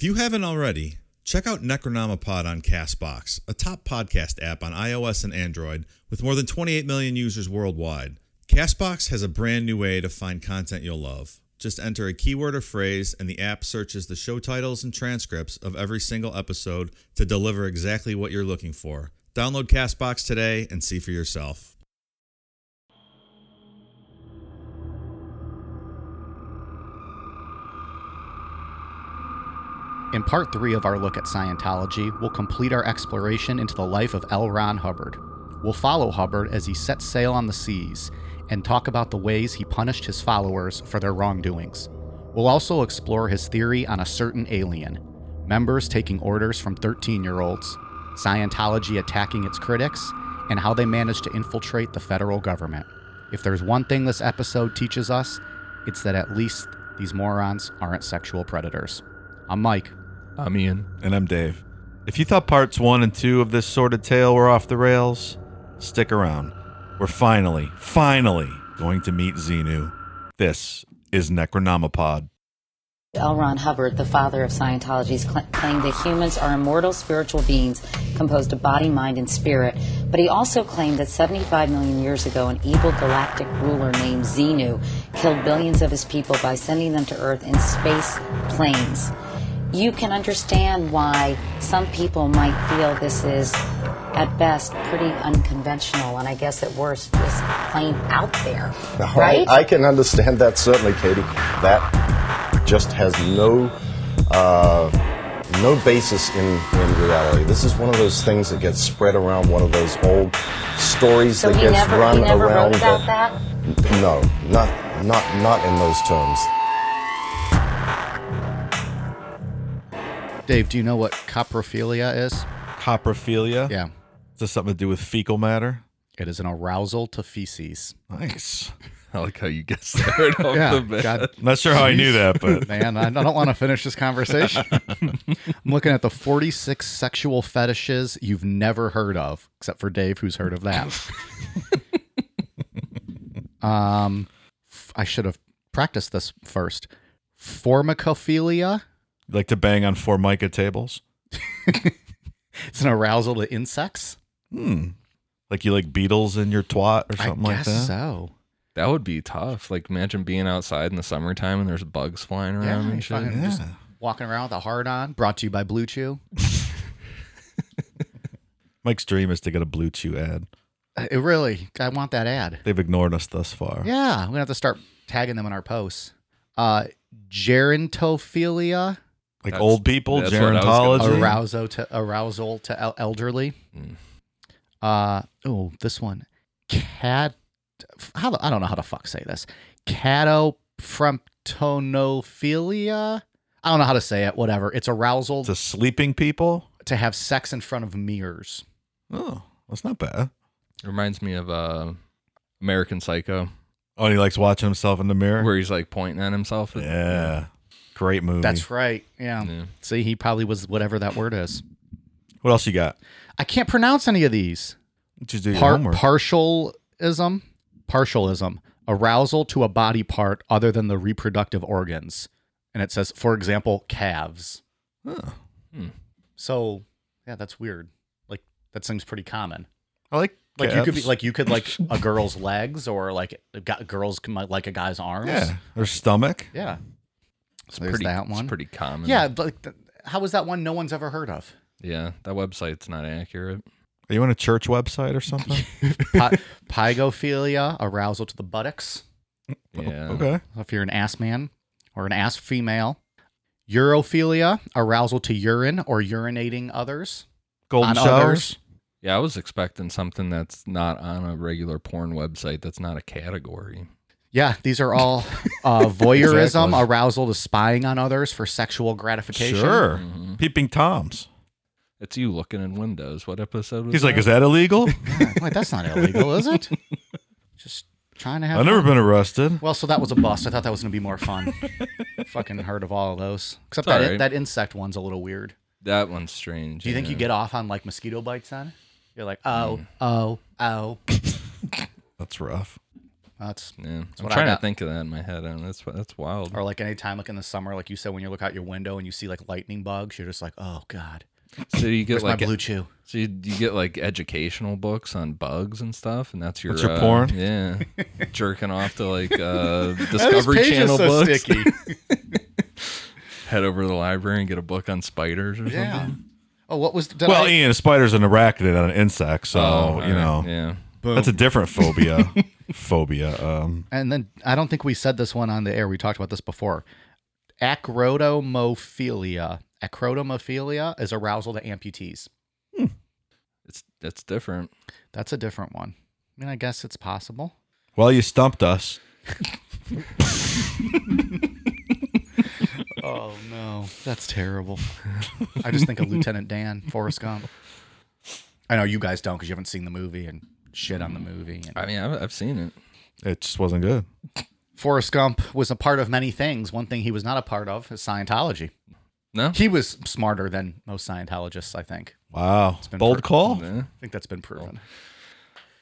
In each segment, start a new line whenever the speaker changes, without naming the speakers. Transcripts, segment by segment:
you haven't already, check out Necronomipod on Castbox, a top podcast app on iOS and Android with more than 28 million users worldwide. Castbox has a brand new way to find content you'll love. Just enter a keyword or phrase, and the app searches the show titles and transcripts of every single episode to deliver exactly what you're looking for. Download Castbox today and see for yourself.
In part three of our look at Scientology, we'll complete our exploration into the life of L. Ron Hubbard. We'll follow Hubbard as he sets sail on the seas and talk about the ways he punished his followers for their wrongdoings. We'll also explore his theory on a certain alien, members taking orders from 13 year olds, Scientology attacking its critics, and how they managed to infiltrate the federal government. If there's one thing this episode teaches us, it's that at least these morons aren't sexual predators. I'm Mike.
I'm Ian.
And I'm Dave. If you thought parts one and two of this sordid tale were off the rails, stick around. We're finally, finally going to meet Xenu. This is Necronomipod.
L. Ron Hubbard, the father of Scientology, cl- claimed that humans are immortal spiritual beings composed of body, mind, and spirit. But he also claimed that 75 million years ago, an evil galactic ruler named Xenu killed billions of his people by sending them to Earth in space planes. You can understand why some people might feel this is, at best, pretty unconventional, and I guess at worst, just plain out there.
All
Right?
I can understand that certainly, Katie. That just has no uh, no basis in, in reality. This is one of those things that gets spread around, one of those old stories
so
that
he
gets
never,
run
he never
around.
wrote about that?
No, not not not in those terms.
Dave, do you know what coprophilia is?
Coprophilia.
Yeah,
Is this something to do with fecal matter?
it is an arousal to feces.
Nice.
I like how you guessed that right
Oh,
off
Yeah,
the bat.
God,
Not sure how I knew that, but
man, I I don't want to finish this conversation. I'm looking at the 46 sexual fetishes you've never heard of, except for Dave, who's heard of that. um, f- I should have practiced this first. Formicophilia.
you like to bang on formica tables?
It's an arousal to insects.
Hmm. Like you like beetles in your twat or something
I
like
guess
that?
so.
That would be tough. Like imagine being outside in the summertime and there's bugs flying
Yeah,
around
you
and shit.
fucking
Yeah.
just walking around with a hard on. Brought to you by Blue Chew.
Mike's dream is to get a Blue Chew ad.
It really, I want that ad.
They've ignored us thus far.
Yeah, we're gonna have to start tagging them in our posts. Uh, gerontophilia,
Like
That's-
old people,
that's what I was gonna-
gerontology.
arousal to arousal to el- elderly.
Mm.
Uh, oh, this one, cat. How the- I don't know how to fuck say this. Catofrontonophilia. I don't know how to say it. Whatever. It's arousal
to sleeping people.
to have sex in front of mirrors.
Oh, that's not bad.
It reminds me of uh, American Psycho,
Oh, and he likes watching himself in the mirror.
where he's like pointing at himself.
yeah, great movie.
That's right. Yeah.
Yeah.
See, he probably was whatever that word is.
what else you got?
I can't pronounce any of these.
Did you do your
Par-
homework?
partialism, partialism, arousal to a body part other than the reproductive organs, and it says, for example, calves. Hmm.
Oh,
So, yeah, that's weird. Like that seems pretty common.
I like
Like you could be
calves.
like you could like a girl's legs or like a gu- girls can like- like a guy's arms.
yeah, or stomach.
yeah.
It's
There's
pretty,
that one.
It's pretty common.
Yeah, but like, th- how is that one no one's ever heard of?
Yeah. That website's not accurate.
Are you on a church website or something?
Pi- pygophilia, arousal to the buttocks.
Yeah.
Okay,
if you're an ass man or an ass female. Urophilia, arousal to urine or urinating others.
golden
on
showers.
others.
Yeah. I was expecting something that's not on a regular porn website that's not a category.
Yeah, these are all uh, voyeurism,
Exactly.
arousal to spying on others for sexual gratification.
Sure,
Mhm.
peeping toms.
It's you looking in windows. What episode was
He's like,
that?
is that illegal?
Yeah, Wait, that's not illegal, is it? Just trying to have.
I've never
fun.
been arrested.
Well, so that was a bust. I thought that was going to be more fun. Fucking heard of all of those. Except
It's
that,
all right.
that insect one's a little weird.
That one's strange.
Do you think you
yeah. Mm.
get off on like mosquito bites then? You're like, oh, oh, oh.
That's rough.
That's
Yeah, I'm
what I
trying to
got.
think of that in my head, and that's that's wild.
or like any time like in the summer, like you said, when you look out your window and you see like lightning bugs, you're just like, oh god,
So you get
where's
like
my blue chew?
so you, you get like educational books on bugs and stuff, and that's your
That's your
uh,
porn?
Yeah, jerking off to like uh, Discovery Channel books. Head over to the library and get a book on spiders or
yeah.
something.
Oh, what was did
Well,
I-
Ian, a spider's an arachnid, not an insect, so
Oh,
you know
alright, yeah.
that's a different phobia. phobia. Um,
and then I don't think we said this one on the air. We talked about this before. Acrotomophilia. Acrotomophilia is arousal to amputees.
It's that's different.
That's a different one. I mean, I guess it's possible.
well, you stumped us.
Oh no, that's terrible. I just think of Lieutenant Dan, Forrest Gump. I know you guys don't because you haven't seen the movie and shit on the movie. And
I mean, I've, I've seen it.
It just wasn't good.
Forrest Gump was a part of many things. One thing he was not a part of is Scientology.
No,
He was smarter than most Scientologists, I think.
Wow,
been
bold
per-
call.
Yeah.
I think that's been proven.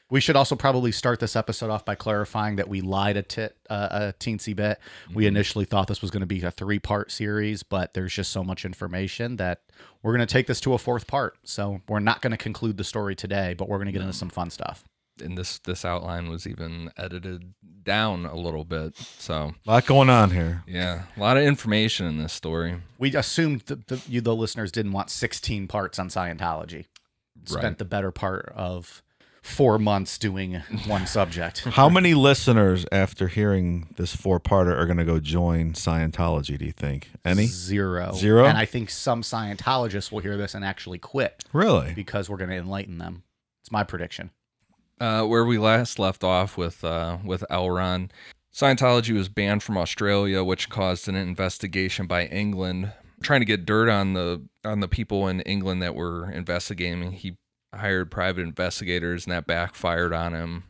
We should also probably start this episode off by clarifying that we lied a, tit, uh, a teensy bit. We initially thought this was going to be a three part series, but there's just so much information that we're going to take this to a fourth part. So we're not going to conclude the story today, but we're going to get into some fun stuff.
and this this outline was even edited down a little bit. So
A lot going on here.
yeah, a lot of information in this story.
We assumed that the, you, the listeners, didn't want 16 parts on Scientology. Spent
Right.
the better part of four months doing one subject.
How many listeners, after hearing this four-parter, are going to go join Scientology? Do you think any?
Zero.
Zero?
And I think some Scientologists will hear this and actually quit
Really?
because we're going to enlighten them. It's my prediction.
Uh, where we last left off with uh, with Elron, Scientology was banned from Australia, which caused an investigation by England trying to get dirt on the on the people in England that were investigating. He hired private investigators, and that backfired on him.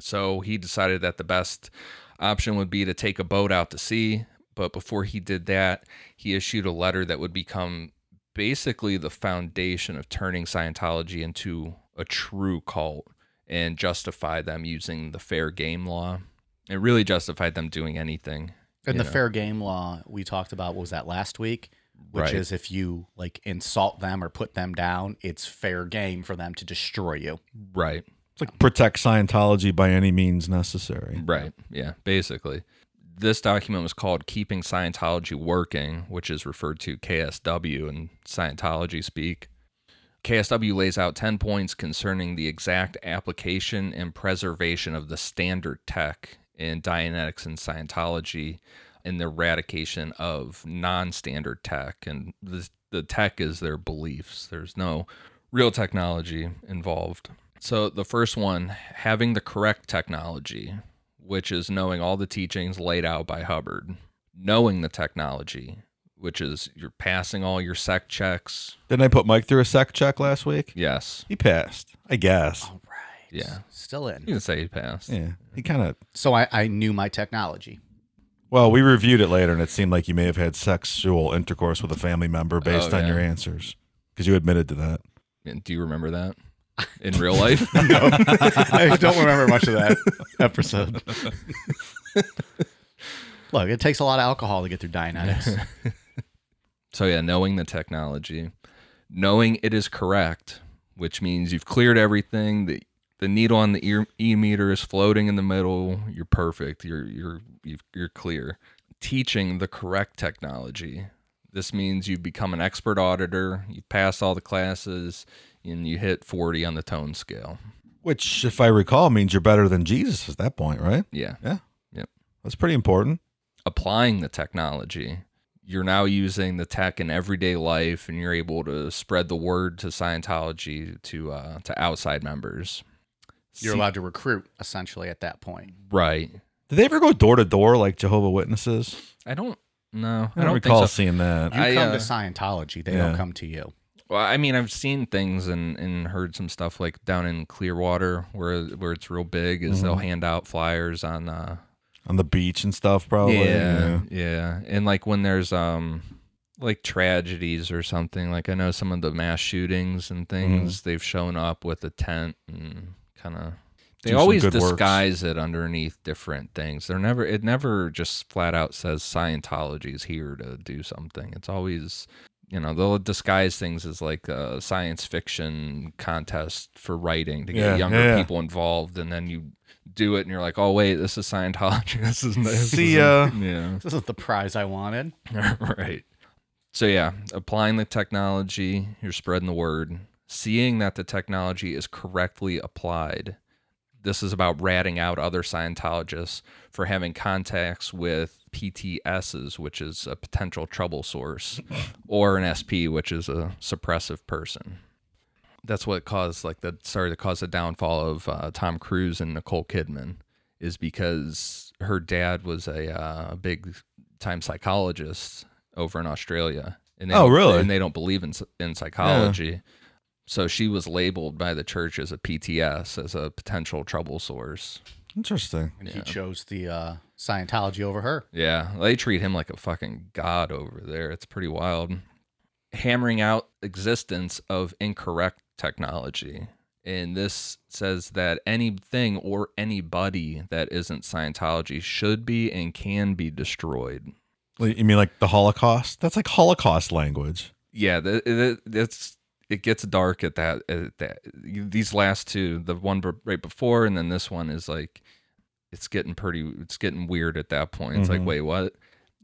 So he decided that the best option would be to take a boat out to sea. But before he did that, he issued a letter that would become basically the foundation of turning Scientology into a true cult and justify them using the fair game law. It really justified them doing anything.
And
you
the
know?
fair game law we talked about what was that last week, which
Right.
is if you like insult them or put them down, it's fair game for them to destroy you.
right.
It's like protect Scientology by any means necessary.
Right. Yeah. Basically, this document was called "Keeping Scientology Working," which is referred to KSW in Scientology speak. KSW lays out 10 points concerning the exact application and preservation of the standard tech in Dianetics and Scientology and the eradication of non standard tech. And the, the tech is their beliefs, there's no real technology involved. So, the first one having the correct technology, which is knowing all the teachings laid out by Hubbard, knowing the technology, which is you're passing all your sec checks.
Didn't I put Mike through a sec check last week?
Yes.
He passed, I guess.
Yeah.
Still
You
in.
can say he passed.
Yeah, he kind of.
So I, I knew my technology.
Well, we reviewed it later, and it seemed like you may have had sexual intercourse with a family member based
Oh,
on
yeah.
your answers because you admitted to that.
And do you remember that in real life?
I don't remember much of that episode. Look, it takes a lot of alcohol to get through Dianetics.
So, yeah, knowing the technology, knowing it is correct, which means you've cleared everything. The, the needle on the ear, e meter is floating in the middle. You're perfect. You're, you're, you've, you're clear. Teaching the correct technology. This means you've become an expert auditor, you've passed all the classes, and you hit 40 on the tone scale.
Which, if I recall, means you're better than Jesus at that point, right?
Yeah.
Yeah.
Yep.
That's pretty important.
applying the technology. You're now using the tech in everyday life, and you're able to spread the word to Scientology to uh, to outside members.
You're
See-
allowed to recruit essentially at that point.
right?
Did they ever go door to door like Jehovah Witnesses?
I don't know.
I don't, recall
think so.
seeing that.
You
I,
come
uh,
to Scientology, they don't
yeah.
come to you.
Well, I mean, I've seen things and, and heard some stuff like down in Clearwater, where where it's real big, is
Mm-hmm.
they'll hand out flyers on uh,
on the beach and stuff, probably.
Yeah, yeah, And like when there's um like tragedies or something, like I know
Mm-hmm.
some of the mass shootings and things, they've shown up with a tent and kind of They
do some
always
good works.
disguise it underneath different things. They're never it never just flat out says Scientology's here to do something. It's always you know they'll disguise things as like a science fiction contest for writing to get
Yeah,
younger
yeah, yeah.
people involved, and then you do it and you're like, oh wait, this is Scientology. This is this
See
is-
ya.
Yeah.
This is the prize I wanted.
right. So yeah, applying the technology, you're spreading the word, seeing that the technology is correctly applied. This is about ratting out other Scientologists for having contacts with PTSs, which is a potential trouble source, or an SP, which is a suppressive person. That's what caused like the sorry, that caused the downfall of uh, Tom Cruise and Nicole Kidman is because her dad was a uh, big time psychologist over in Australia. And they
Oh,
don't-
really?
And they don't believe in, in psychology. So she was labeled by the church as a PTS, as a potential trouble source.
Interesting.
And he chose the uh, Scientology over her.
Yeah, they treat him like a fucking god over there. It's pretty wild. Hammering out existence of incorrect technology. And this says that anything or anybody that isn't Scientology should be and can be destroyed.
Like, You mean like the Holocaust? That's like Holocaust language.
Yeah, th- th- that's it gets dark at that at that these last two, the one b- right before and then this one is like it's getting pretty it's getting weird at that point. It's
Mm-hmm.
like, wait, what?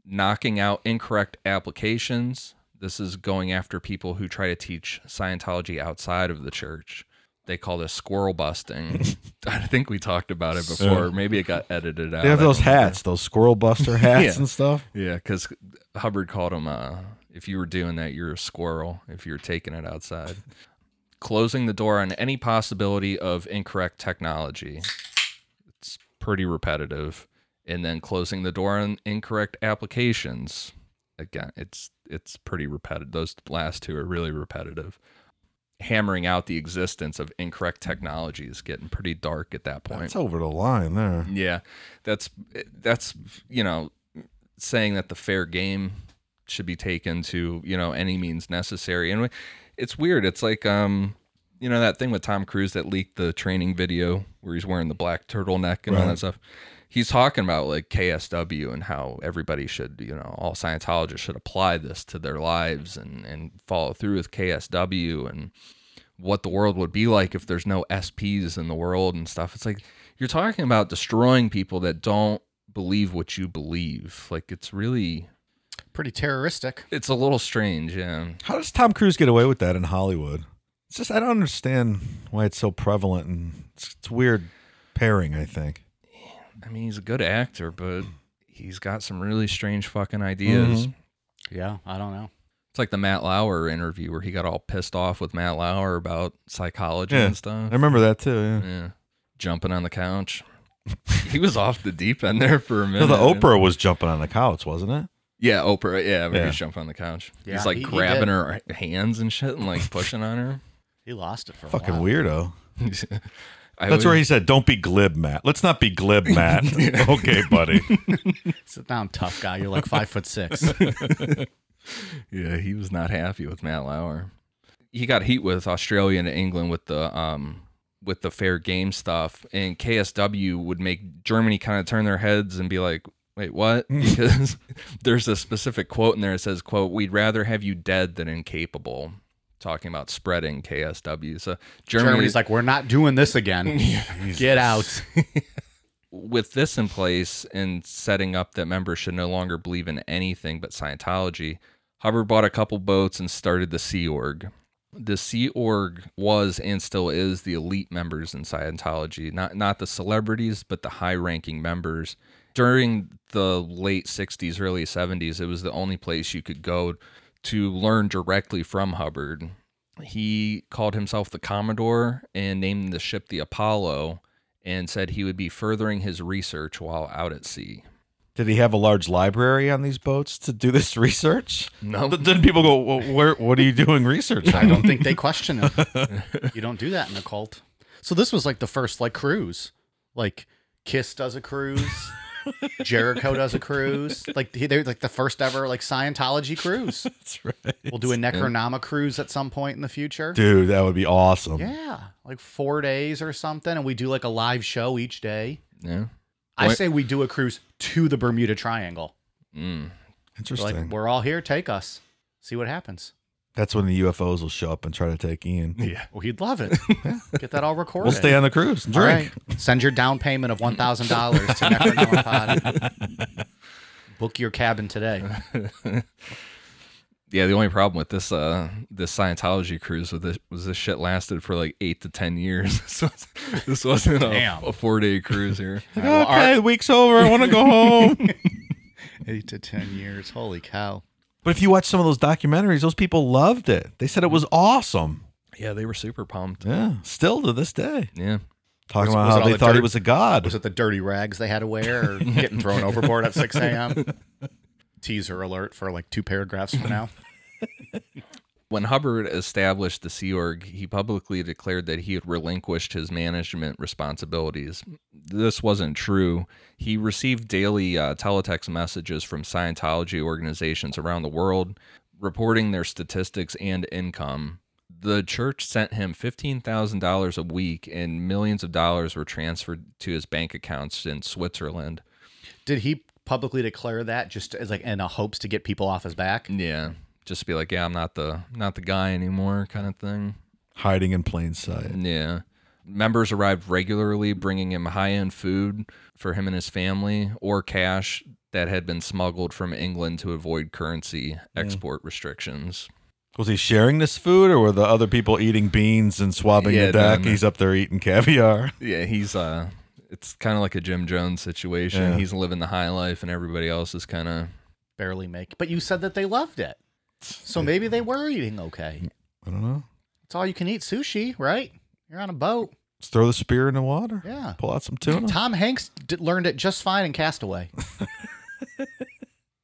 knocking out incorrect applications. This is going after people who try to teach Scientology outside of the church. They call this squirrel busting. I think we talked about it before. Maybe it got edited out.
They have
I
those
don't remember.
hats, those squirrel buster hats
Yeah.
and stuff.
Yeah, because Hubbard called him. Uh, if you were doing that, you're a squirrel. If you're taking it outside, closing the door on any possibility of incorrect technology. It's pretty repetitive, and then closing the door on incorrect applications. Again, it's it's pretty repetitive. Those last two are really repetitive. Hammering out the existence of incorrect technology is getting pretty dark at that point.
That's over the line there.
Yeah, that's that's you know saying that the fair game should be taken to you know any means necessary, and it's weird. It's like um you know that thing with Tom Cruise that leaked the training video where he's wearing the black turtleneck and all that stuff. He's talking about like KSW and how everybody should, you know, all Scientologists should apply this to their lives and and follow through with KSW and what the world would be like if there's no SPs in the world and stuff. It's like you're talking about destroying people that don't believe what you believe. Like it's really
Pretty terroristic.
it's a little strange, yeah.
How does Tom Cruise get away with that in Hollywood? It's just I don't understand why it's so prevalent and it's, it's weird pairing. I think.
I mean, he's a good actor, but he's got some really strange fucking ideas.
Mm-hmm.
Yeah, I don't know.
It's like the Matt Lauer interview where he got all pissed off with Matt Lauer about psychology
Yeah,
and stuff.
I remember that too. Yeah.
Mm-hmm.
Yeah. Jumping on the couch. he was off the deep end there for a
No,
minute.
the
man.
Oprah was jumping on the couch, wasn't it?
Yeah, Oprah. Yeah, where
Yeah.
he's jumping on the couch.
Yeah,
he's like
he- he
grabbing
did.
her hands and shit and like pushing on her.
He lost it for
Fucking
a while.
weirdo.
I
That's where
always-
he said, "Don't be glib, Matt. Let's not be glib, Matt." okay, buddy.
Sit down, tough guy. You're like five foot six.
Yeah, he was not happy with Matt Lauer. He got heat with Australia and England with the um with the fair game stuff, and KSW would make Germany kind of turn their heads and be like, "Wait, what?" Because there's a specific quote in there that says, "quote We'd rather have you dead than incapable." Talking about spreading KSW, so Germany,
Germany's like, we're not doing this again. Get out.
with this in place and setting up that members should no longer believe in anything but Scientology, Hubbard bought a couple boats and started the Sea Org. The Sea Org was and still is the elite members in Scientology, not not the celebrities, but the high-ranking members. During the late 60s, early 70s, it was the only place you could go to learn directly from Hubbard. He called himself the Commodore and named the ship the Apollo and said he would be furthering his research while out at sea.
Did he have a large library on these boats to do this research?
No.
Th- Then people go, well, "Where? What are you doing research
I
on?"
don't think they question him. you don't do that in a cult. So this was like the first like cruise. Like Kiss does a cruise. Jericho does a cruise. Like he- they're like the first ever like Scientology cruise.
That's right.
We'll do a Necronama cruise at some point in the future.
Dude, that would be awesome.
Yeah, like four days or something, and we do like a live show each day.
Yeah.
I
What-
say we do a cruise to the Bermuda Triangle.
Mm.
We're
Interesting.
like we're all here. Take us. See what happens.
That's when the UFOs will show up and try to take Ian.
Yeah.
We'd love it. Get that all recorded.
We'll stay on the cruise and
All
drink.
right. Send your down payment of one thousand dollars to Necronomapod. Book your cabin today.
Yeah, the only problem with this uh this Scientology cruise with this was this shit lasted for like eight to ten years. so it's- this wasn't
Damn.
a, a four day cruise here.
okay, the week's over. I want to go home.
Eight to ten years. Holy cow.
but if you watch some of those documentaries, those people loved it. They said it was awesome.
yeah, they were super pumped.
Yeah, still to this day.
Yeah.
Talking
Was-
about
was it
how
all
they
the
thought he
dirt?
was a god.
Was it the dirty rags they had to wear or getting thrown overboard at 6 a.m.? Teaser alert for like two paragraphs for now.
When Hubbard established the Sea Org, he publicly declared that he had relinquished his management responsibilities. This wasn't true. He received daily uh, teletext messages from Scientology organizations around the world reporting their statistics and income. The church sent him $15,000 a week, and millions of dollars were transferred to his bank accounts in Switzerland.
Did he publicly declare that just as like in a hopes to get people off his back?
Yeah, just be like, yeah, I'm not the not the guy anymore, kind of thing.
Hiding in plain sight.
Yeah. Members arrived regularly, bringing him high end food for him and his family or cash that had been smuggled from England to avoid currency export restrictions.
Was he sharing this food, or were the other people eating beans and swabbing
Yeah,
the deck?
no, no.
He's up there eating caviar.
Yeah, he's, uh, it's kind of like a Jim Jones situation.
Yeah.
He's living the high life, and everybody else is kind of.
Barely make. But you said that they loved it. So maybe they were eating okay.
I don't know.
It's all you can eat sushi, right? You're on a boat.
Let's throw the spear in the water.
Yeah.
Pull out some tuna.
Tom Hanks d- learned it just fine in Castaway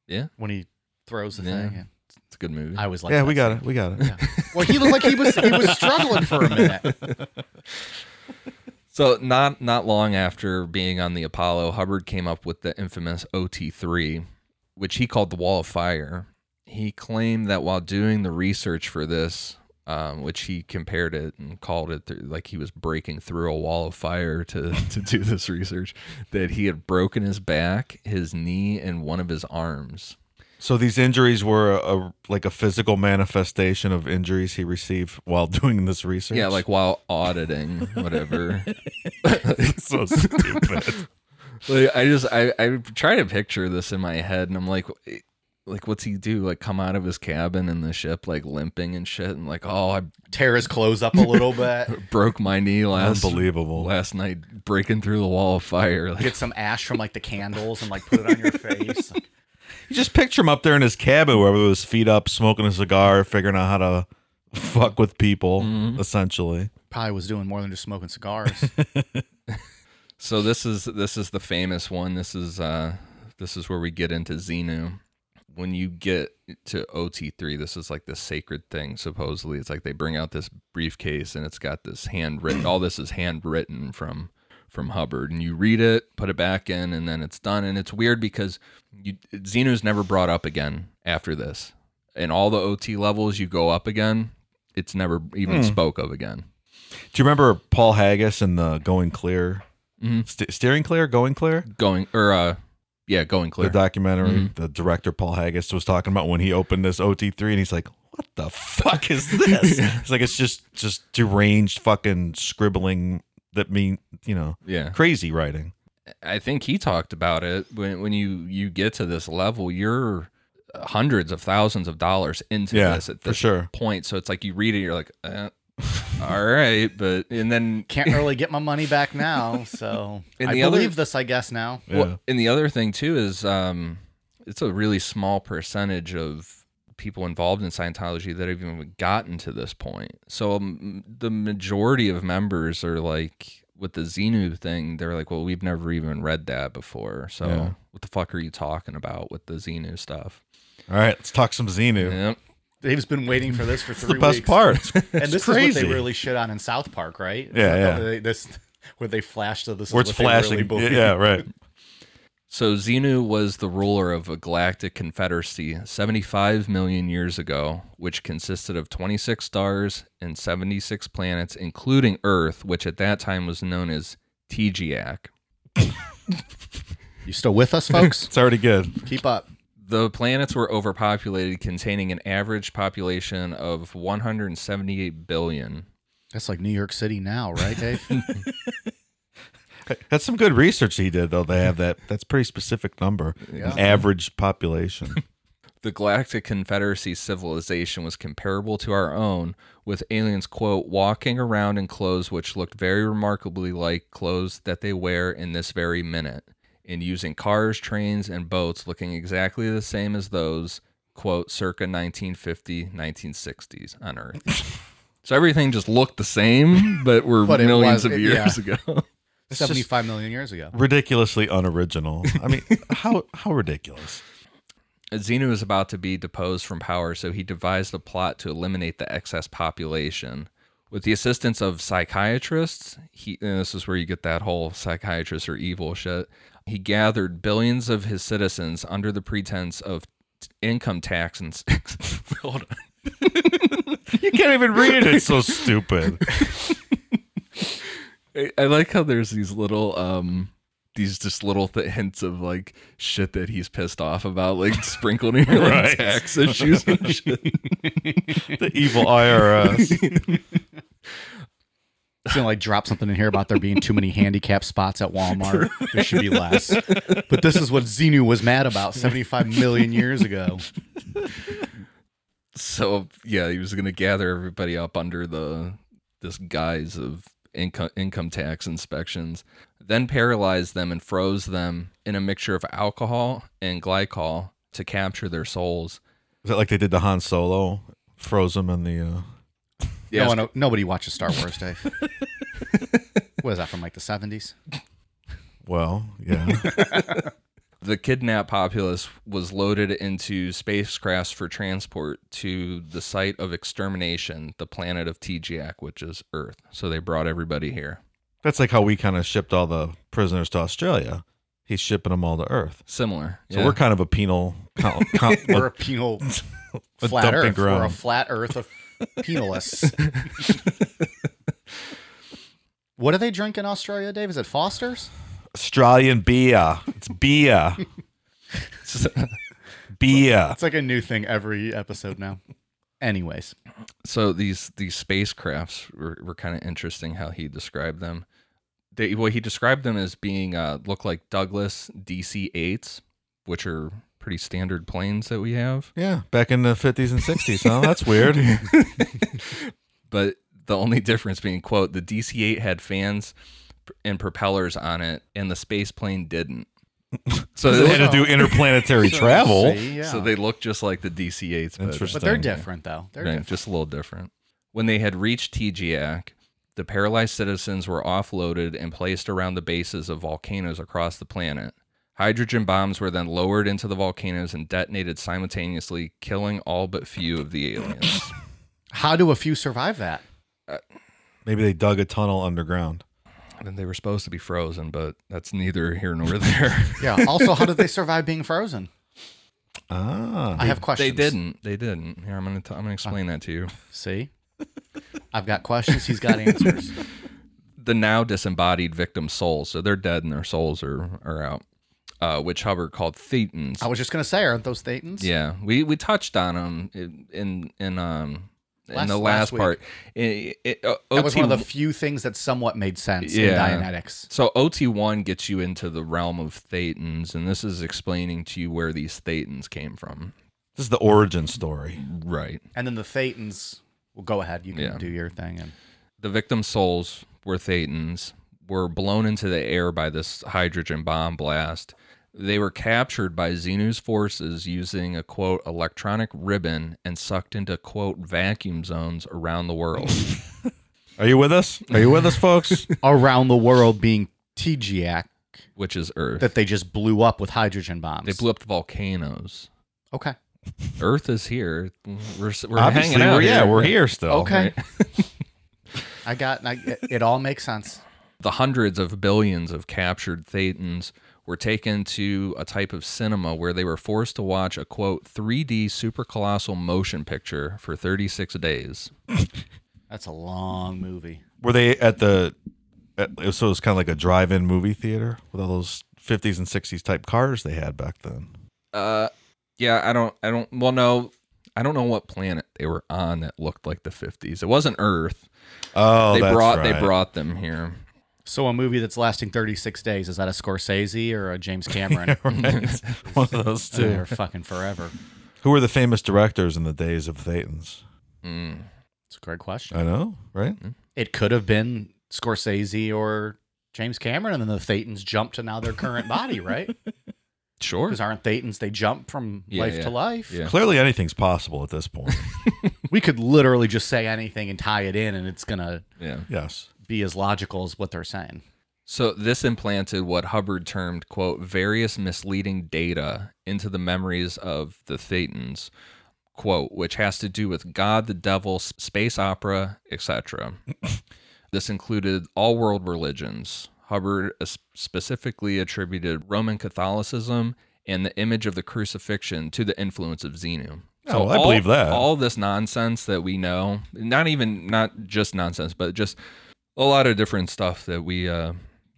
Yeah,
when he throws the
Yeah.
thing. in.
it's a good movie.
I was like,
yeah,
that
we got
scene.
it. We got it.
Well, he looked like he was he was struggling for a minute.
So not not long after being on the Apollo, Hubbard came up with the infamous OT3, which he called the Wall of Fire. He claimed that while doing the research for this, um, which he compared it and called it th- like he was breaking through a wall of fire to to do this research, that he had broken his back, his knee, and one of his arms.
So these injuries were a, a- like a physical manifestation of injuries he received while doing this research.
Yeah, like while auditing, whatever.
so stupid.
Like, I just I I try to picture this in my head, and I'm like, eh, like what's he do? Like come out of his cabin in the ship, like limping and shit, and like oh I
Tear his clothes up a little bit.
broke my knee last
Unbelievable.
last night breaking through the wall of fire. Like,
Get some ash from like the candles and like put it on your face. Like,
You just picture him up there in his cabin, wherever with his feet up, smoking a cigar, figuring out how to fuck with people,
Mm-hmm.
essentially.
probably was doing more than just smoking cigars.
so this is this is the famous one. This is uh this is where we get into Xenu. When you get to OT3, this is like the sacred thing, supposedly. It's like they bring out this briefcase and it's got this handwritten all this is handwritten from from Hubbard and you read it, put it back in, and then it's done. And it's weird because you Xenu's never brought up again after this. In all the OT levels you go up again, it's never even spoke of again.
Do you remember Paul Haggis and the Going Clear?
Mm-hmm.
Ste- steering Clear? Going Clear?
Going or uh yeah, going clear. Mm-hmm.
The documentary, the director Paul Haggis was talking about when he opened this OT3 and he's like, what the fuck is this? It's like, it's just, just deranged fucking scribbling that mean, you know,
yeah.
crazy writing.
I think he talked about it when when you you get to this level, you're hundreds of thousands of dollars into
Yeah,
this at
for
this
sure.
point. So it's like you read it, you're like, eh, all right, but and then
Can't really get my money back now, so
And
I
the
believe
other-
this. I guess now.
Yeah.
well, and the other thing too is um, it's a really small percentage of people involved in Scientology that have even gotten to this point. So um, the majority of members are like with the Xenu thing, they're like, well, we've never even read that before. So
Yeah.
what the fuck are you talking about with the Xenu stuff?
All right, let's talk some Xenu.
Yep.
Dave's been waiting for this for
It's the
three
best
weeks.
part. It's,
and
it's
this
crazy.
is what they really shit on in South Park, right?
Yeah, yeah.
They, this where they flash to this.
Where
is
it's
what they really
flashing.
believe.
yeah, right.
So Xenu was the ruler of a galactic confederacy 75 million years ago, which consisted of 26 stars and 76 planets, including Earth, which at that time was known as Tegeac.
You still with us, folks?
It's already good.
Keep up.
The planets were overpopulated, containing an average population of 178 billion.
That's like New York City now, right, Dave?
That's some good research he did, though. They have that. That's pretty specific number. An average population.
The Galactic Confederacy civilization was comparable to our own, with aliens, quote, walking around in clothes which looked very remarkably like clothes that they wear in this very minute, and using cars, trains, and boats looking exactly the same as those, quote, circa 1950, 1960s on Earth. so everything just looked the same, but were
But it was-
millions of
it-
years ago.
just-
Seventy-five million years ago.
Ridiculously unoriginal. I mean, how how ridiculous?
Xenu was about to be deposed from power, so he devised a plot to eliminate the excess population. With the assistance of psychiatrists, he and this is where you get that whole psychiatrists are evil shit. He gathered billions of his citizens under the pretense of t- income tax and s- hold on.
You can't even read it. It's so stupid.
I, I like how there's these little um these just little th- hints of like shit that he's pissed off about, like sprinkled in your like,
Right.
tax issues and shit.
The evil IRS.
It's gonna like drop something in here about there being too many handicap spots at Walmart. There should be less. But this is what Xenu was mad about seventy-five million years ago.
so yeah, he was going to gather everybody up under the this guise of income income tax inspections, then paralyzed them and froze them in a mixture of alcohol and glycol to capture their souls.
Is that like they did the Han Solo? Froze him in the. Uh,
No
Yes.
one, nobody watches Star Wars, Dave. what is that from, like the seventies?
well, yeah.
The kidnapped populace was loaded into spacecrafts for transport to the site of extermination, the planet of Tegeac, which is Earth. So they brought everybody here.
That's like how we kind of shipped all the prisoners to Australia. He's shipping them all to Earth.
Similar.
So
yeah.
we're kind of a penal. co- co-
We're a penal
A
flat
dumping
Earth. We're a
ground.
flat Earth of penalists. what do they drink in Australia, Dave? Is it Foster's?
Australian beer. It's beer. beer.
It's like a new thing every episode now. Anyways,
so these these spacecrafts were, were kind of interesting how he described them they well he described them as being uh look like douglas dc-8s which are pretty standard planes that we have
Yeah, back in the 50s and 60s, huh? That's weird.
but the only difference being quote the dc-8 had fans and propellers on it and the space plane didn't so
They
they,
had to do interplanetary travel.
See, yeah.
so they look just like the dc-8s but,
Interesting.
but they're different though. They're
Right,
different.
just a little different. When they had reached TGAC, the paralyzed citizens were offloaded and placed around the bases of volcanoes across the planet. Hydrogen bombs were then lowered into the volcanoes and detonated simultaneously, killing all but few of the aliens.
How do a few survive that?
Maybe they dug a tunnel underground.
and they were supposed to be frozen, but that's neither here nor there.
Yeah. Also, how did they survive being frozen?
Ah.
I have questions.
they didn't. They didn't. Here, I'm gonna t- I'm gonna explain that to you.
See, I've got questions. He's got answers.
the now disembodied victim souls, so they're dead and their souls are are out, uh, which Hubbard called thetans.
I was just gonna say, aren't those Thetans?
Yeah, we we touched on them in in um in
Last-
the
last
last,
week.
part. It, it- uh,
That was
OT
one of the few things that somewhat made sense in
Yeah.
Dianetics.
so OT one gets you into the realm of thetans, and this is explaining to you where these thetans came from.
This is the origin story.
Right.
And then the Thetans. Well, go ahead. You can
Yeah.
do your thing. And
the victim's souls were Thetans, were blown into the air by this hydrogen bomb blast. They were captured by Xenu's forces using a quote electronic ribbon and sucked into quote vacuum zones around the world.
Are you with us? Are you with us, folks?
around the world being TGAC
which is Earth.
that they just blew up with hydrogen bombs.
they blew up the volcanoes.
Okay.
Earth is here. We're, s- we're
Obviously,
hanging out.
we're, yeah,
here.
we're here still.
Okay. I got. I, it all makes sense.
The hundreds of billions of captured Thetans were taken to a type of cinema where they were forced to watch a quote 3D super colossal motion picture for 36 days.
That's a long movie.
Were they at the? At, so it was kind of like a drive-in movie theater with all those '50s and '60s type cars they had back then.
Uh, yeah, I don't, I don't. Well, no, I don't know what planet they were on that looked like the 50s. It wasn't Earth.
Oh,
they
that's
brought they
right.
brought them here.
So a movie that's lasting 36 days is that a Scorsese or a James Cameron?
Right. One of those two.
They're fucking forever.
Who were the famous directors in the days of Thetans?
Mm.
It's a great question.
Uh,
I know, right?
It could have been Scorsese or James Cameron, and then the Thetans jumped to now their current body, right?
Sure.
Because aren't Thetans? They jump from
Yeah,
life
yeah.
to life.
Yeah.
Clearly, anything's possible at this point.
We could literally just say anything and tie it in, and it's gonna
Yeah.
yes.
be as logical as what they're saying.
So this implanted what Hubbard termed quote various misleading data into the memories of the Thetans quote which has to do with God, the devil, s- space opera, etc. this included all world religions. Hubbard es- specifically attributed Roman Catholicism and the image of the crucifixion to the influence of Zenu.
Oh, I believe that.
All this nonsense that we know, not even not just nonsense, but just a lot of different stuff that we uh,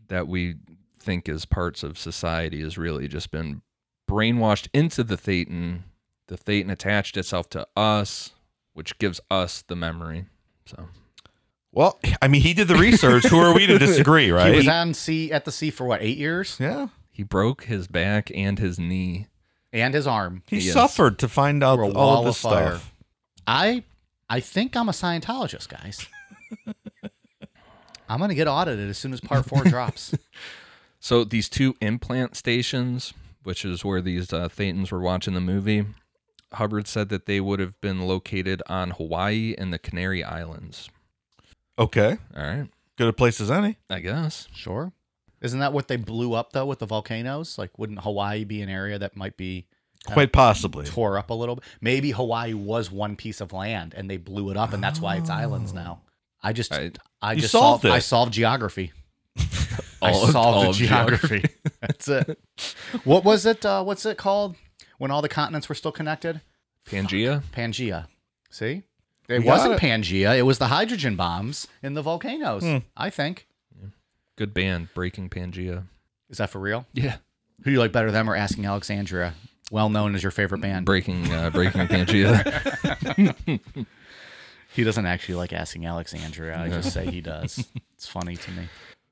that we think is parts of society has really just been brainwashed into the thetan. The thetan attached itself to us, which gives us the memory. So
Well, I mean, he did the research. Who are we to disagree, right?
He was on sea at the sea for what eight years,
yeah.
he broke his back and his knee.
and his arm.
He
Yes.
suffered to find out
We're a
all
wall
of
of
this
fire.
stuff.
I I think I'm a Scientologist, guys. I'm gonna get audited as soon as part four drops.
So these two implant stations, which is where these uh, Thetans were watching the movie, Hubbard said that they would have been located on Hawaii and the Canary Islands.
Okay.
All right,
Good a place as any.
I guess.
Sure. Isn't that what they blew up though with the volcanoes? Like, wouldn't Hawaii be an area that might be
Quite possibly.
tore up a little bit? Maybe Hawaii was one piece of land and they blew it up, and that's why it's
Oh.
islands now. I just, I,
I-
You
just
solved
solved, I
it.
solved geography. I
All of-
solved
all
the
of
geography.
geography.
that's it. What was it? Uh, what's it called when all the continents were still connected?
Pangea.
Pangea. See, it Hmm.
got
wasn't
it.
Pangea. It was the hydrogen bombs in the volcanoes. I think.
Good band, Breaking Pangea.
Is that for real?
Yeah.
Who do you like better, them or Asking Alexandria? Well known as your favorite band.
Breaking uh, Breaking Pangea.
He doesn't actually like Asking Alexandria. I just say he does. It's funny to me.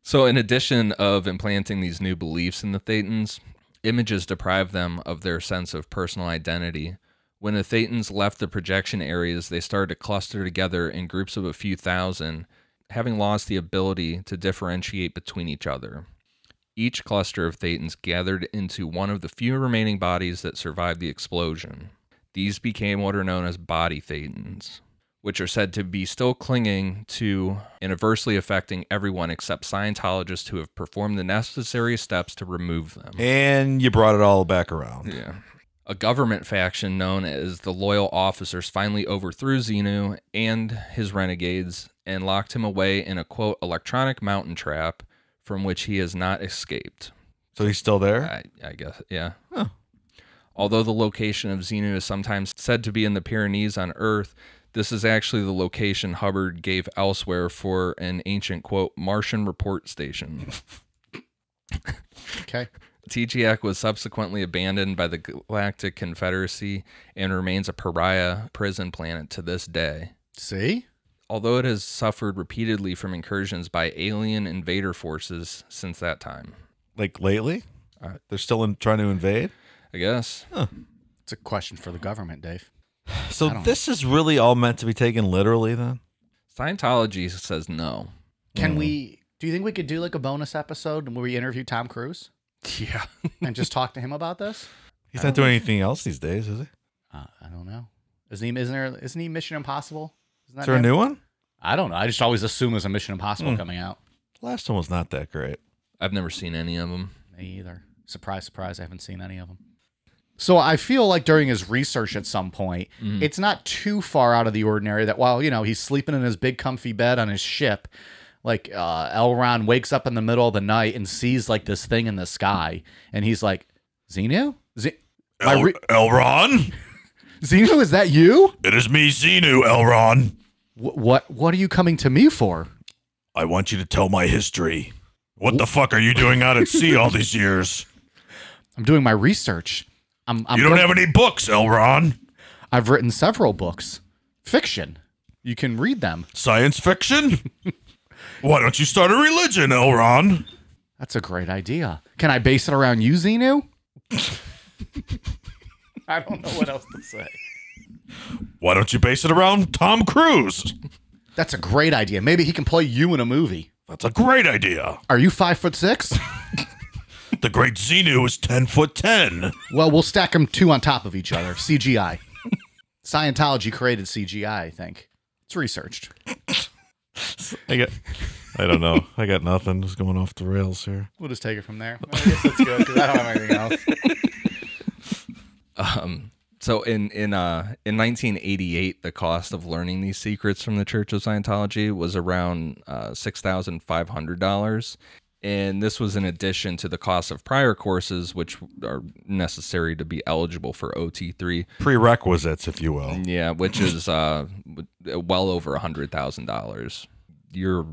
So, in addition of implanting these new beliefs in the Thetans, images deprive them of their sense of personal identity. When the Thetans left the projection areas, they started to cluster together in groups of a few thousand, having lost the ability to differentiate between each other. Each cluster of Thetans gathered into one of the few remaining bodies that survived the explosion. These became what are known as body Thetans which are said to be still clinging to and adversely affecting everyone except Scientologists who have performed the necessary steps to remove them.
And you brought it all back around.
Yeah. A government faction known as the Loyal Officers finally overthrew Xenu and his renegades and locked him away in a quote electronic mountain trap from which he has not escaped.
So he's still there?
I, I guess, yeah.
Huh.
Although the location of Xenu is sometimes said to be in the Pyrenees on Earth, this is actually the location Hubbard gave elsewhere for an ancient, quote, Martian report station.
Okay.
TGAC was subsequently abandoned by the Galactic Confederacy and remains a pariah prison planet to this day.
See?
Although it has suffered repeatedly from incursions by alien invader forces since that time,
Like lately? They're still in, trying to invade?
I guess.
It's a question for the government, Dave.
So
don't know.
this is really all meant to be taken literally then?
Scientology says no.
Can we do you think we could do like a bonus episode where we interview Tom Cruise
Yeah.
and just talk to him about this?
He's not doing anything else these days, is he?
Uh, I don't know. Isn't he isn't there isn't he Mission Impossible? Isn't
Is there a
him?
new one?
I don't know. I just always assume there's a Mission Impossible coming out.
Last one was not that great.
I've never seen any of them.
Me either. Surprise, surprise. I haven't seen any of them. So I feel like during his research at some point, it's not too far out of the ordinary that while, you know, he's sleeping in his big comfy bed on his ship, like uh, Elrond wakes up in the middle of the night and sees like this thing in the sky, and he's like, "Xenu, Z- my
El-
re-
Elron?
Xenu, is that you?
It is me, Xenu, Elron.
Wh- what What are you coming to me for?"
I want you to tell my history. What the fuck are you doing out at sea all these years?
I'm doing my research. I'm, I'm
You don't have any books, Elron.
I've written several books, fiction. You can read them.
Science fiction? Why don't you start a religion, Elron?
That's a great idea. Can I base it around you, Xenu? I don't know what else to say.
Why don't you base it around Tom Cruise?
That's a great idea. Maybe he can play you in a movie.
That's a great idea.
Are you five foot six?
The great Xenu is 10 foot 10.
well, we'll stack them two on top of each other. CGI. Scientology created CGI, I think. It's researched.
I got. I don't know. I got nothing. Just going off the rails here.
We'll just take it from there. I guess that's good because I don't have anything else.
So in in uh in 1988, the cost of learning these secrets from the Church of Scientology was around uh, six thousand five hundred dollars, and this was in addition to the cost of prior courses, which are necessary to be eligible for OT three.
Prerequisites, if you will.
Yeah, which is uh w- well over a hundred thousand dollars. You're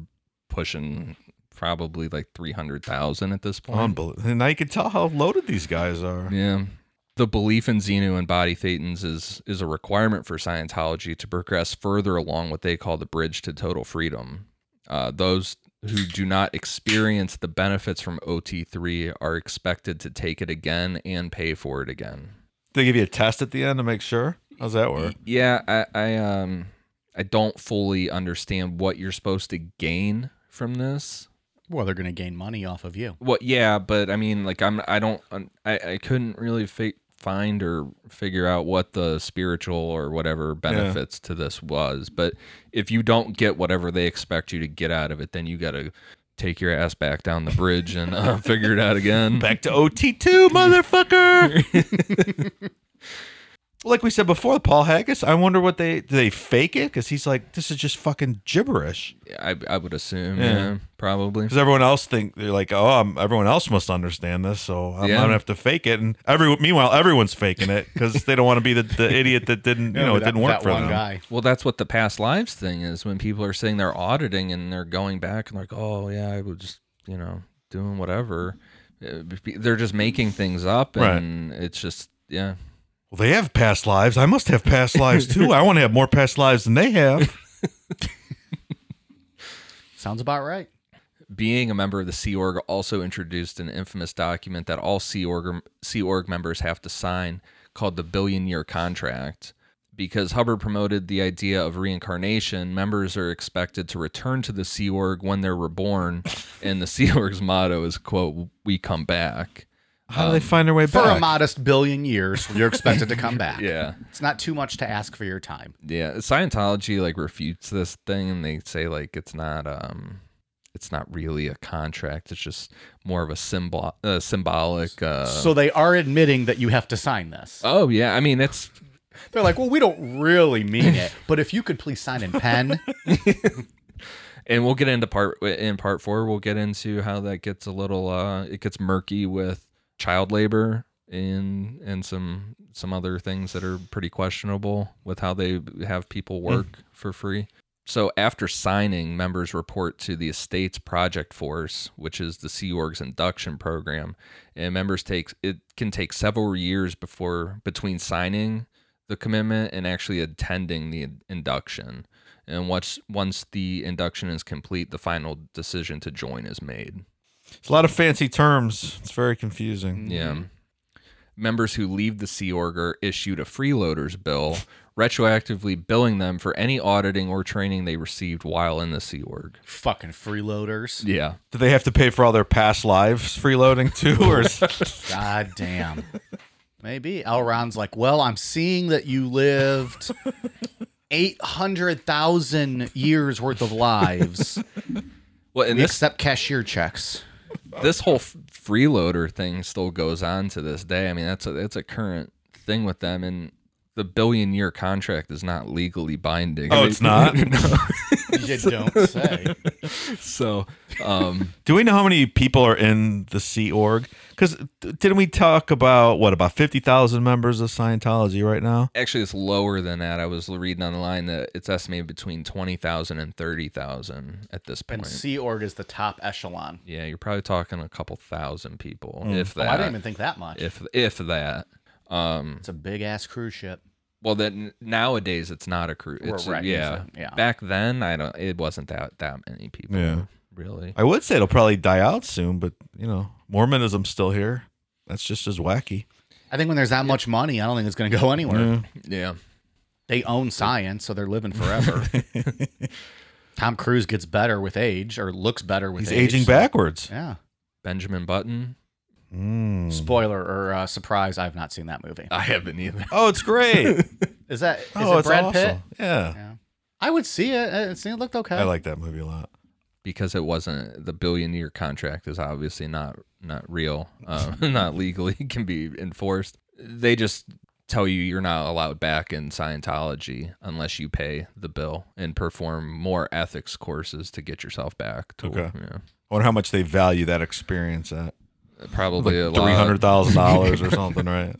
pushing probably like three hundred thousand at this point.
Unbelievable. And now you can tell how loaded these guys are.
Yeah. The belief in Xenu and body thetans is is a requirement for Scientology to progress further along what they call the bridge to total freedom. Uh, those who do not experience the benefits from OT3 are expected to take it again and pay for it again.
They give you a test at the end to make sure. How's that work?
Yeah, I, I um I don't fully understand what you're supposed to gain from this.
Well, they're going to gain money off of you.
Well, yeah, but I mean, like, I'm I don't I I couldn't really fi- find or figure out what the spiritual or whatever benefits to this was. But if you don't get whatever they expect you to get out of it, then you got to take your ass back down the bridge and uh, figure it out again.
Back to OT2, motherfucker. like we said before, Paul Haggis, I wonder what they do they fake it because he's like, this is just fucking gibberish.
I I would assume,
Yeah.
yeah, probably.
Because everyone else think they're like, oh, I'm, everyone else must understand this, so I'm
Yeah.
gonna have to fake it. And every meanwhile, everyone's faking it because they don't want to be the, the idiot that didn't, you know, it
that,
didn't work
that
for
one
them.
guy.
Well, that's what the past lives thing is. When people are saying they're auditing and they're going back and like, oh yeah, I was just you know doing whatever. Uh, They're just making things up, and it's just yeah.
Well, they have past lives. I must have past lives too. I want to have more past lives than they have.
Sounds about right.
Being a member of the Sea Org also introduced an infamous document that all Sea Org Sea Org members have to sign called the Billion Year Contract. Because Hubbard promoted the idea of reincarnation, members are expected to return to the Sea Org when they're reborn, and the Sea Org's motto is "quote We come back."
How do they find their way
Um, For
back?
a modest billion years, you're expected to come back.
Yeah.
It's not too much to ask for your time.
yeah scientology like refutes this thing and they say like it's not um it's not really a contract it's just more of a symbol uh, symbolic uh
so they are admitting that you have to sign this.
oh yeah i mean that's
They're like, well, we don't really mean it, but if you could please sign in pen.
and we'll get into part in part four we'll get into how that gets a little uh it gets murky with child labor and and some some other things that are pretty questionable with how they have people work for free so after signing members report to the estates project force which is the sea org's induction program and members take it can take several years before between signing the commitment and actually attending the induction and once once the induction is complete the final decision to join is made
It's a lot of fancy terms. It's very confusing.
yeah members who leave the sea org are issued a freeloaders bill retroactively billing them for any auditing or training they received while in the sea org
Fucking freeloaders.
yeah
Do they have to pay for all their past lives freeloading too, or is,
God damn. Maybe Elrond's like, well, I'm seeing that you lived 800,000 years worth of lives.
well and
We
this
accept cashier checks.
this whole f- freeloader thing still goes on to this day i mean that's a that's a current thing with them and the billion year contract is not legally binding.
Oh, it's not?
No.
You don't say.
So, um,
Do we know how many people are in the Sea Org? Because didn't we talk about what about fifty thousand members of Scientology right now?
actually, it's lower than that. I was reading online that it's estimated between 20,000 and 30,000 at this
And
point.
Sea Org is the top echelon.
yeah, you're probably talking a couple thousand people, if
Oh,
that.
I didn't even think that much.
if if that. Um,
it's a big ass cruise ship.
well, then nowadays it's not a cruise. It's,
Right,
yeah.
it's a- yeah.
Back then, I don't. It wasn't that that many people.
Yeah.
Really.
I would say it'll probably die out soon, but you know, Mormonism's still here. That's just as wacky.
I think when there's that much money, I don't think it's going to go anywhere.
Yeah.
They own science, so they're living forever. Tom Cruise gets better with age, or looks better with
He's
age.
aging backwards.
Yeah.
Benjamin Button.
Mm.
Spoiler or uh, surprise, I've not seen that movie.
I haven't either.
Oh, it's great.
Is that is
oh,
it
it's
Brad
awesome.
Pitt?
Yeah.
Yeah. I would see it. Uh, It, it looked okay.
I like that movie a lot.
because it wasn't the billion year contract is obviously not not real um, not legally can be enforced they just tell you you're not allowed back in scientology unless you pay the bill and perform more ethics courses to get yourself back to
Okay.
yeah.
I wonder how much they value that experience at like
probably a lot
three hundred thousand dollars or something, right?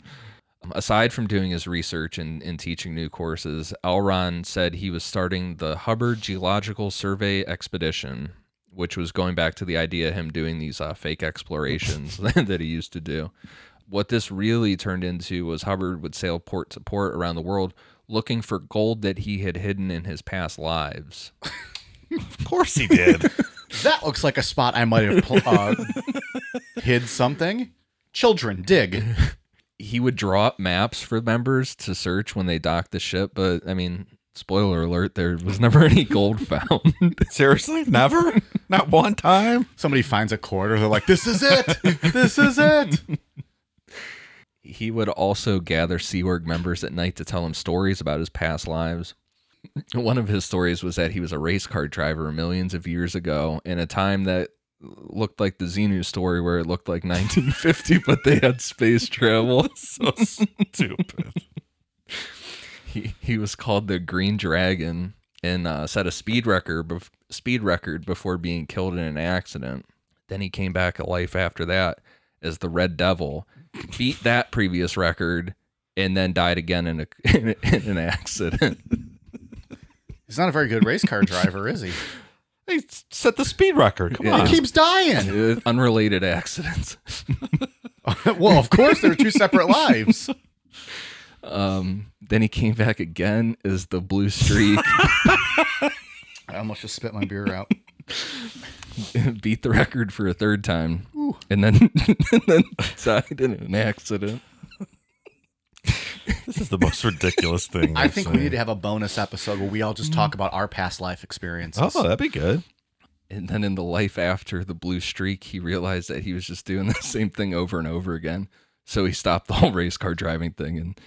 Aside from doing his research and, and teaching new courses, Elron said he was starting the Hubbard Geological Survey Expedition, which was going back to the idea of him doing these uh, fake explorations that he used to do. What this really turned into was Hubbard would sail port to port around the world looking for gold that he had hidden in his past lives.
Of course he did.
That looks like a spot I might have pl- uh, hid something. Children, dig.
He would draw up maps for members to search when they docked the ship, but I mean, spoiler alert, there was never any gold found.
Seriously? Never? Not one time?
Somebody finds a quarter. They're like, "This is it. this is it."
he would also gather Sea Org members at night to tell him stories about his past lives. One of his stories was that he was a race car driver millions of years ago in a time that looked like the Xenu story where it looked like 1950, but they had space travel.
So stupid.
He, he was called the Green Dragon and uh, set a speed record bef- speed record before being killed in an accident. Then he came back alive after that as the Red Devil, beat that previous record, and then died again in, a, in, an accident.
He's not a very good race car driver, is he?
They set the speed record. Come
He
on.
keeps dying.
Unrelated accidents.
well, of course, they're two separate lives.
Um, then he came back again as the Blue Streak,
I almost just spit my beer out.
beat the record for a third time, and then, and then died in an accident.
This is the most ridiculous thing.
I
I've
think we
seen.
need to have a bonus episode where we all just
Mm.
talk about our past life experiences.
Oh, that'd be good.
And then in the life after the blue streak, he realized that he was just doing the same thing over and over again. So he stopped the whole race car driving thing and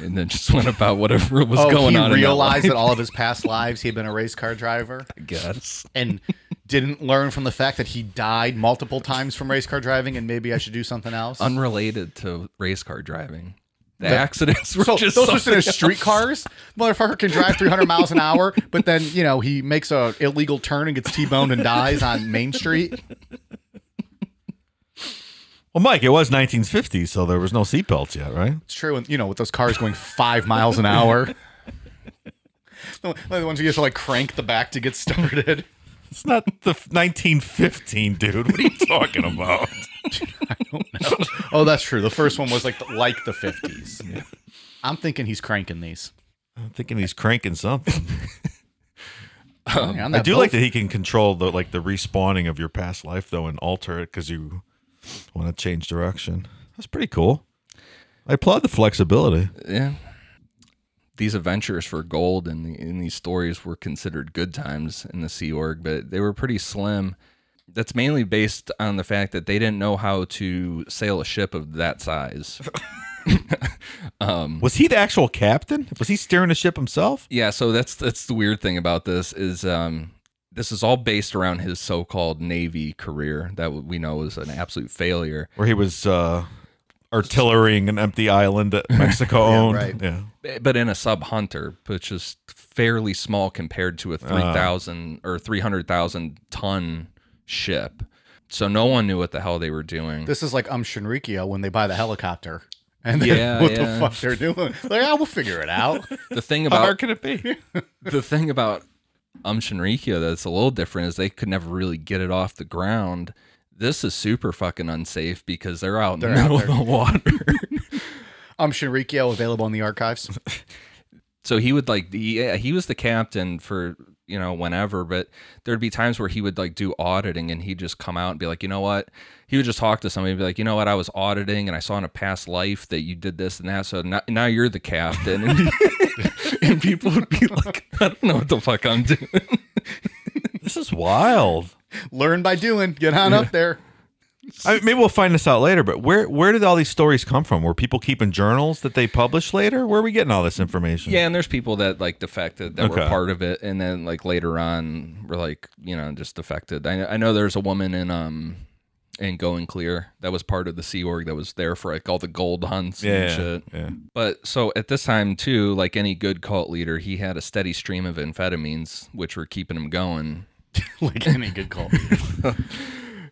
and then just went about whatever was
Oh,
going
he
on.
realized
in
that all of his past lives he had been a race car driver
that life, I guess.
and didn't learn from the fact that he died multiple times from race car driving and maybe I should do something else.
Unrelated to race car driving. The accidents were
so
just
those just in
something
his street
else.
cars. Motherfucker can drive 300 miles an hour, but then you know he makes a illegal turn and gets t-boned and dies on Main Street.
Well, Mike, it was 1950, so there was no seatbelts yet, right?
It's true, and you know with those cars going five miles an hour. The the ones you have to like crank the back to get started.
It's not the f- 1915, dude. What are you talking about?
Oh, that's true. The first one was like the, like the 50s. I'm thinking he's cranking these.
I'm thinking he's cranking something.
Yeah, on
I
that
do
boat.
like that he can control the like the respawning of your past life though and alter it because you want to change direction. That's pretty cool. I applaud the flexibility.
Yeah. These adventures for gold and the, in these stories were considered good times in the Sea Org, but they were pretty slim. That's mainly based on the fact that they didn't know how to sail a ship of that size.
Mm.
Was he the actual captain? Was he steering the ship himself?
yeah, so that's that's the weird thing about this is um, this is all based around his so-called Navy career that we know is an absolute failure.
Where he was uh artillerying an empty island that Mexico owned.
right.
Yeah.
but in a sub hunter, which is fairly small compared to a
Ah.
3,000 or 300,000 ton ship. So no one knew what the hell they were doing.
This is like um Shinrikyo when they buy the helicopter. And then
Yeah,
what
yeah.
the fuck they're doing. Like, I will figure it out.
The thing
How hard
about
can it be?
the thing about Um Shinrikyo that's a little different is they could never really get it off the ground. This is super fucking unsafe because they're out in the
They're out
middle of the water.
Um Shinrikyo available in the archives.
so he would like yeah he was the captain for you know whenever but there'd be times where he would like do auditing and he'd just come out and be like you know what he would just talk to somebody and be like you know what i was auditing and i saw in a past life that you did this and that so now, now you're the captain and, people would be like i don't know what the fuck i'm doing
This is wild.
Learn by doing. Get on up there.
I mean, maybe we'll find this out later, but where where did all these stories come from? Were people keeping journals that they published later? Where are we getting all this information?
yeah and there's people that like defected that were
Okay.
part of it and then like later on were like you know just defected i, I know there's a woman in um in going clear that was part of the sea org that was there for like all the gold hunts and
Yeah.
shit
yeah.
But so at this time too, like any good cult leader, he had a steady stream of amphetamines, which were keeping him going,
like any good call.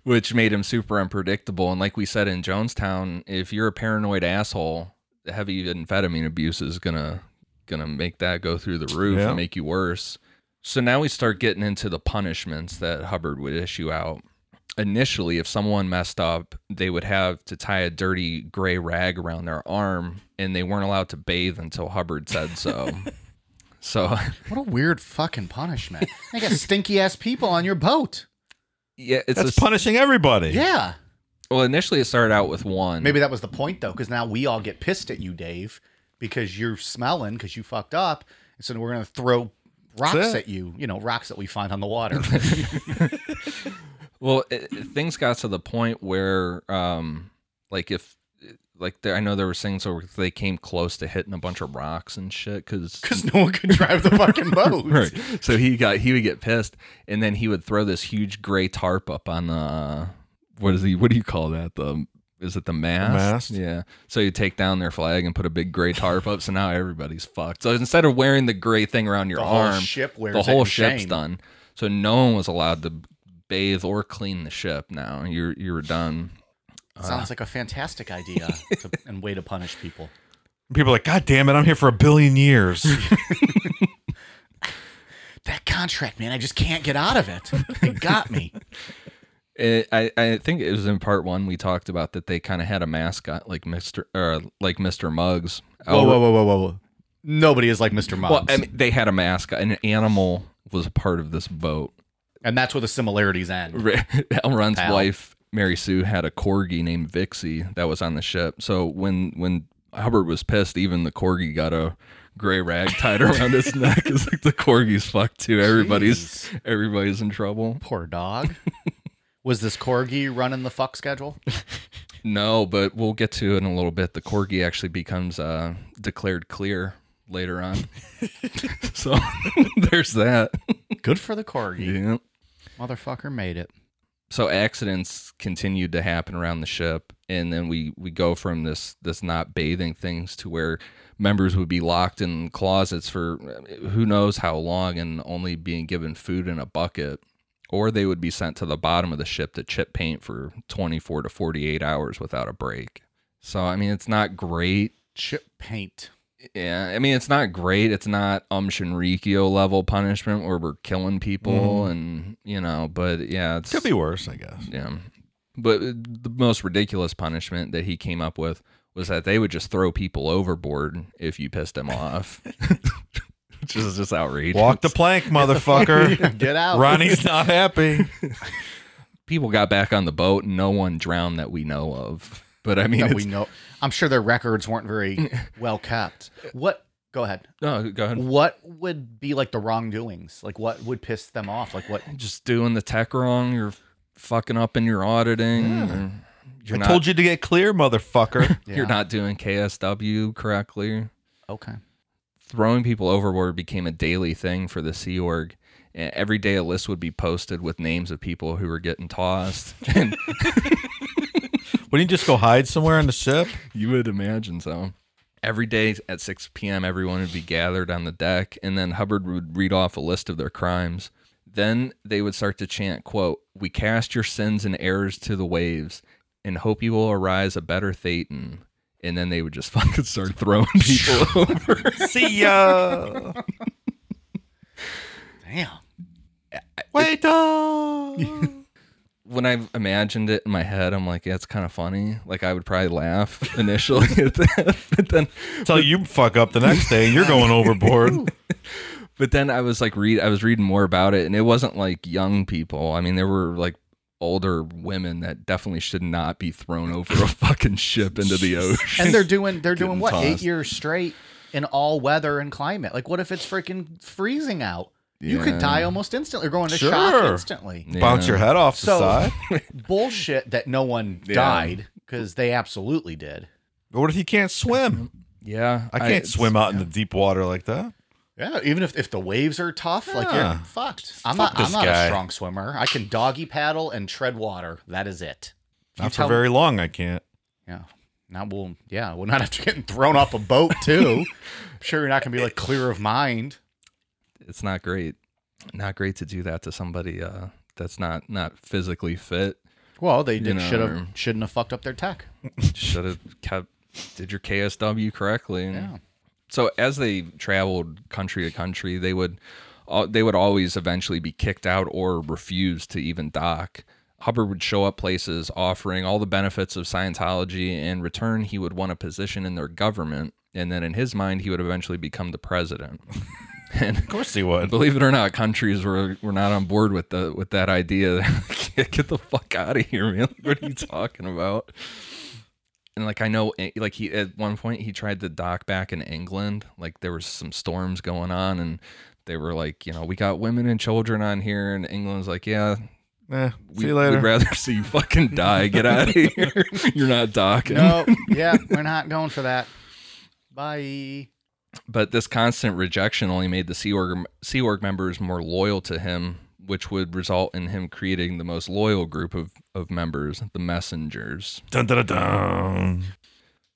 which made him super unpredictable. And like we said in Jonestown, if you're a paranoid asshole, the heavy amphetamine abuse is gonna gonna make that go through the roof
Yeah.
and make you worse. So now we start getting into the punishments that Hubbard would issue out. Initially, if someone messed up, they would have to tie a dirty gray rag around their arm, and they weren't allowed to bathe until Hubbard said so. so,
What a weird fucking punishment. They got stinky ass people on your boat.
yeah, it's
That's
a,
punishing everybody.
Yeah.
well. Initially, it started out with one.
Maybe that was the point though, because now we all get pissed at you, Dave, because you're smelling because you fucked up, and so we're gonna throw rocks
That's it.
at you. You know, rocks that we find on the water.
Well, it, it- things got to the point where, um, like if, like there, I know there were things where they came close to hitting a bunch of rocks and shit because.
Because no one could drive the fucking boat.
Right. So he got he would get pissed, and then he would throw this huge gray tarp up on the what is he what do you call that the is it the mast?
mast?
Yeah. So you take down their flag and put a big gray tarp up. So now everybody's fucked. So instead of wearing the gray thing around your
The whole
arm,
ship wears
the
it
whole
in
ship's
shame.
done. So no one was allowed to bathe or clean the ship. Now you're you were done.
Sounds like a fantastic idea to, and way to punish people.
People are like, God damn it, I'm here for a billion years.
That contract, man, I just can't get out of it. It got me.
It, Eh, I, I think it was in part one we talked about that they kind of had a mascot like Mister or like Mister Muggs. Albert-
whoa, whoa, whoa, whoa. Nobody is like Mr. Mobs.
Oh, Well, I mean, they had a mascot, and an animal was a part of this boat.
and that's where the similarities end.
Elrond's
Pal.
wife, Mary Sue, had a corgi named Vixie that was on the ship. So when when Hubbard was pissed, even the corgi got a gray rag tied around his neck. It's like the corgi's fucked too. Everybody's everybody's in trouble.
Poor dog. Was this corgi running the fuck schedule?
No, but we'll get to it in a little bit. The corgi actually becomes uh, declared clear later on. so there's that.
Good for the corgi.
Yeah.
Motherfucker made it.
so accidents continued to happen around the ship and then we we go from this this not bathing things to where members would be locked in closets for uh, who knows how long and only being given food in a bucket or they would be sent to the bottom of the ship to chip paint for 24 to 48 hours without a break so i mean it's not great
Chip paint.
yeah, I mean it's not great. It's not um Shinrikyo level punishment where we're killing people and you know, but yeah, it's
Mm-hmm. Could be worse, I guess.
yeah. But uh, the most ridiculous punishment that he came up with was that they would just throw people overboard if you pissed them off. Which is just outrageous.
Walk the plank, motherfucker.
Get out.
Ronnie's not happy.
people got back on the boat and no one drowned that we know of. But I mean,
That
it's-
we know. I'm sure their records weren't very well kept. What? Go ahead.
no, go ahead.
What would be like the wrongdoings? Like what would piss them off? Like what?
Just doing the tech wrong. You're fucking up in your auditing. or You're
I
not,
told you to get clear, motherfucker.
You're not doing KSW correctly.
Okay.
throwing people overboard became a daily thing for the Sea Org. And Every day, a list would be posted with names of people who were getting tossed. And
Wouldn't you just go hide somewhere on the ship?
You would imagine so. Every day at 6 p.m., everyone would be gathered on the deck, and then Hubbard would read off a list of their crimes. Then they would start to chant, quote, We cast your sins and errors to the waves and hope you will arise a better Thetan. And then they would just fucking start throwing people over.
See ya.
Damn.
Wait up.
When I imagined it in my head, I'm like, yeah, it's kind of funny. Like, I would probably laugh initially at that. But then
Until you fuck up the next day, and you're going overboard.
but then I was like read I was reading more about it and it wasn't like young people. I mean there were like older women that definitely should not be thrown over a fucking ship into the ocean.
And they're doing they're
Getting
doing what eight
tossed.
years straight in all weather and climate. Like, what if it's freaking freezing out? You
Yeah.
could die almost instantly, or go into
Sure.
shock instantly.
Bounce your head off the
So-
side.
Bullshit that no one
Yeah.
died because they absolutely did.
But what if you can't swim?
Yeah.
I can't
it's-
swim out in the deep water like that.
Yeah, even if, if the waves are tough, like
Yeah.
you're fucked. I'm
Fuck
not I'm
this
not
guy.
a strong swimmer. I can doggy paddle and tread water. That is it. If you
Not for
tell-
very long, I can't.
Yeah. Now we'll yeah, we're not after getting thrown off a boat too. I'm sure you're not gonna be like clear of mind.
It's not great. Not great to do that to somebody uh that's not not physically fit.
Well, they
You
did
know,
should
or-
have shouldn't have fucked up their tech.
Should have kept did your KSW correctly. and-
Yeah.
so as they traveled country to country they would uh, they would always eventually be kicked out or refuse to even dock hubbard would show up places offering all the benefits of scientology in return he would want a position in their government and then in his mind he would eventually become the president and
Of course he would.
believe it or not countries were, were not on board with the with that idea get the fuck out of here man what are you talking about and like I know, eh, like he at one point he tried to dock back in England. Like there was some storms going on, and they were like, you know, we got women and children on here, and England's like, yeah,
Eh,
we,
see you later.
would rather see you fucking die. Get out of here. You're not docking.
No, yeah, we're not going for that. Bye.
But this constant rejection only made the Sea Org Sea Org members more loyal to him, which would result in him creating the most loyal group of of members, the Messengers.
dun, dun, dun, dun.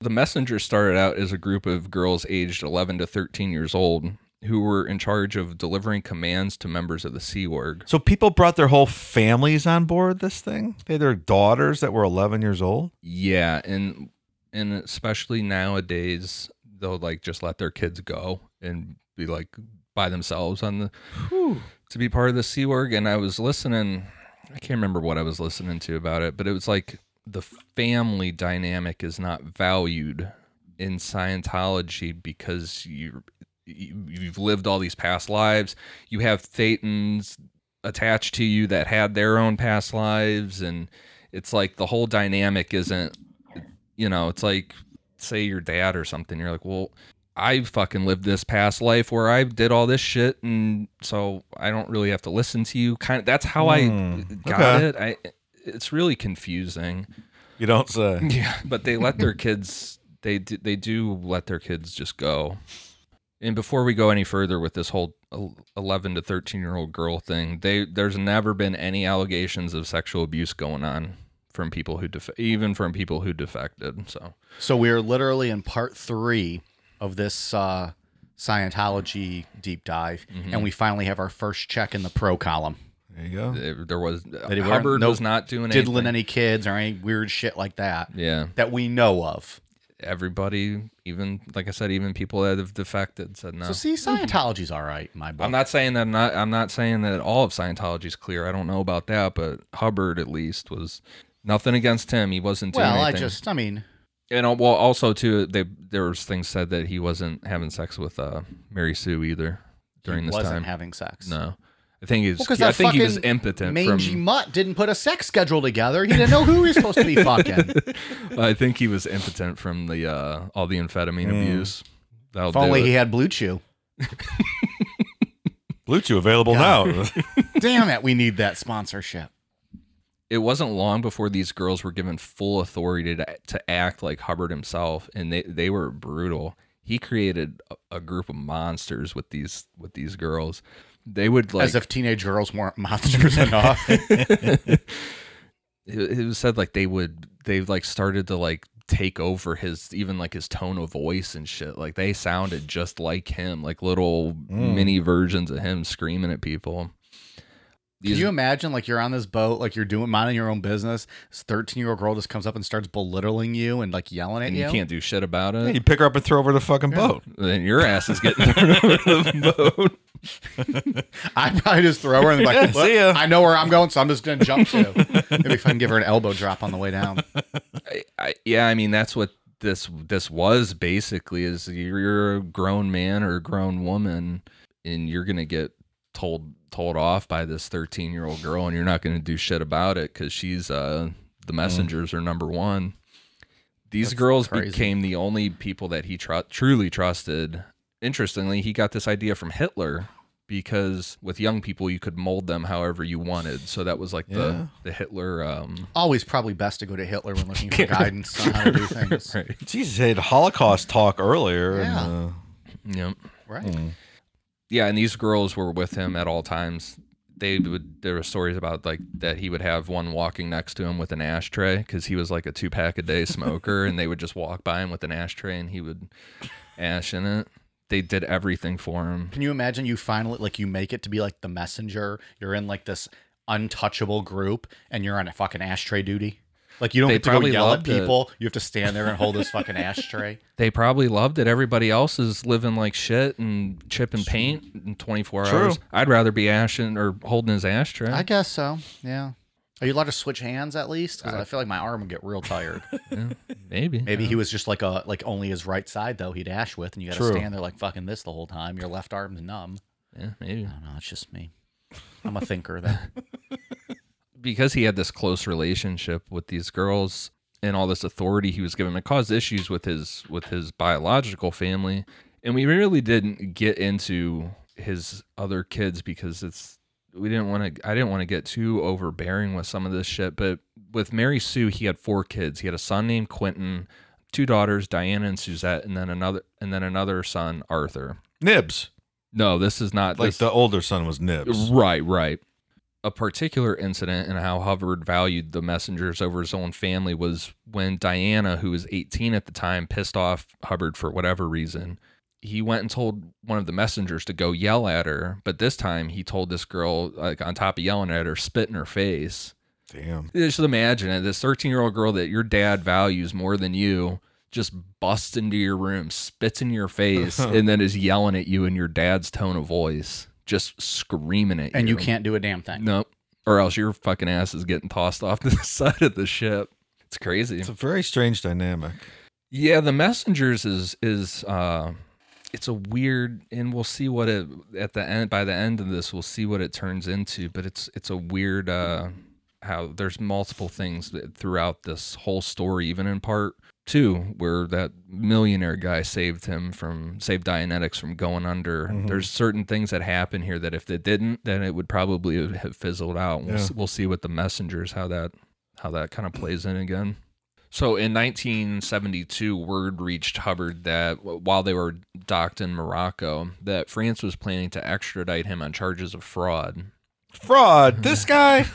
The Messengers started out as a group of girls aged 11 to 13 years old who were in charge of delivering commands to members of the Sea Org.
So people brought their whole families on board this thing. They had their daughters that were 11 years old.
Yeah, and and especially nowadays they'll like just let their kids go and be like by themselves on the to be part of the Sea Org and I was listening I can't remember what I was listening to about it, but it was like the family dynamic is not valued in Scientology because you you- you've lived all these past lives. You have Thetans attached to you that had their own past lives, and it's like the whole dynamic isn't. You know, it's like say your dad or something. You're like, well, I fucking lived this past life where I did all this shit, and so I don't really have to listen to you. Kind of that's how
Mm,
I got
okay.
it. I it's really confusing.
You don't say.
Yeah, but they let their kids. They do, they do let their kids just go. And before we go any further with this whole el- eleven to thirteen year old girl thing, they there's never been any allegations of sexual abuse going on from people who def- even from people who defected. So
So we are literally in part three of this uh, Scientology deep dive,
Mm-hmm.
and we finally have our first check in the pro column.
There you go.
there, there was
he weren't-
Hubbard
no
was not doing
Diddling
anything.
any kids or any weird shit like that
yeah,
that we know of.
everybody, even like I said, even people that have defected said no.
So see, Scientology's all right, in my book.
Oh. I'm not saying that not I'm not saying that all of Scientology is clear. I don't know about that, but Hubbard at least was nothing against him. He wasn't doing
well, I
anything.
just, I mean,
and uh, well, also too, they, there was things said that he wasn't having sex with uh, Mary Sue either during
he
this
wasn't
time.
having sex.
no, I think he was.
because
I
that
think he was
fucking
impotent.
Mangy
From,
mutt didn't put a sex schedule together. He didn't know who he was supposed to be fucking.
I think he was impotent from the uh, all the amphetamine abuse. That'll
Hmm. if
do
only
it.
he had Blue Chew.
Blue Chew available now.
Damn it, we need that sponsorship.
it wasn't long before these girls were given full authority to, to act like Hubbard himself, and they, they were brutal. He created a, a group of monsters with these with these girls. They would like
As if teenage girls weren't monsters enough.
it it was said like they would they like started to like take over his even like his tone of voice and shit like they sounded just like him like little mini versions of him screaming at people
Can you imagine, like, you're on this boat, like, you're doing minding your own business. This 13 year old girl just comes up and starts belittling you and, like, yelling at
and
you.
you can't do shit about
Yeah,
it
you pick her up and throw her over the fucking boat.
then your ass is getting thrown over the boat
I'd probably just throw her and be like,
see ya.
I know where I'm going, so I'm just going to jump to. Maybe if I can give her an elbow drop on the way down.
I, I, yeah, I mean that's what this this was basically is you're, you're a grown man or a grown woman and you're gonna get told told off by this 13 year old girl and you're not gonna do shit about it because she's uh the messengers are number one. These girls
crazy.
became the only people that he tru- truly trusted. Interestingly, he got this idea from Hitler because with young people you could mold them however you wanted. So that was like
Yeah.
the the Hitler um
Always probably best to go to Hitler when looking for guidance on how to do things.
right.
Jesus, had Holocaust talk earlier.
Yeah.
And, uh,
Yep.
Right.
yeah, and these girls were with him at all times. They would. There were stories about like that he would have one walking next to him with an ashtray because he was like a two pack a day smoker, and they would just walk by him with an ashtray, and he would ash in it. They did everything for him.
Can you imagine you finally, like, you make it to be like the messenger? You're in like this untouchable group and you're on a fucking ashtray duty. Like, you don't
They
get to go
probably
yell at
loved it.
people. You have to stand there and hold this fucking ashtray.
They probably loved it. Everybody else is living like shit and chip and paint in 24
True.
hours. I'd rather be ashing or holding his ashtray.
I guess so. Yeah. Are you allowed to switch hands at least? Because I feel like my arm would get real tired.
Maybe.
Maybe he was just like a like only his right side though he'd ash with, and you got to
True.
stand there like fucking this the whole time. Your left arm's numb.
Yeah, maybe.
I don't know. It's just me. I'm a thinker though.
because he had this close relationship with these girls and all this authority he was given it caused issues with his with his biological family and we really didn't get into his other kids because it's we didn't want to i didn't want to get too overbearing with some of this shit but with mary sue he had four kids he had a son named quentin two daughters diana and suzette and then another and then another son arthur
Nibs.
no this is not
Like
this,
the older son was Nibs.
Right, right. A particular incident in how Hubbard valued the messengers over his own family was when Diana, who was 18 at the time, pissed off Hubbard for whatever reason. He went and told one of the messengers to go yell at her, but this time he told this girl, like on top of yelling at her, spit in her face.
Damn.
Just imagine it this 13 year old girl that your dad values more than you just busts into your room, spits in your face,
Uh-huh.
and then is yelling at you in your dad's tone of voice, just screaming at you.
and you can't do a damn thing.
Nope. Or else your fucking ass is getting tossed off to the side of the ship. It's crazy.
It's a very strange dynamic.
Yeah, the messengers is is uh it's a weird and we'll see what it at the end by the end of this we'll see what it turns into, but it's it's a weird uh how there's multiple things that throughout this whole story even in part 2 where that millionaire guy saved him from saved Dianetics from going under. There's certain things that happen here that if they didn't then it would probably have fizzled out. We'll, s-
Yeah.
we'll see with the messengers how that how that kind of plays in again. So in 1972, word reached Hubbard that w- while they were docked in Morocco, that France was planning to extradite him on charges of fraud.
Fraud. This guy.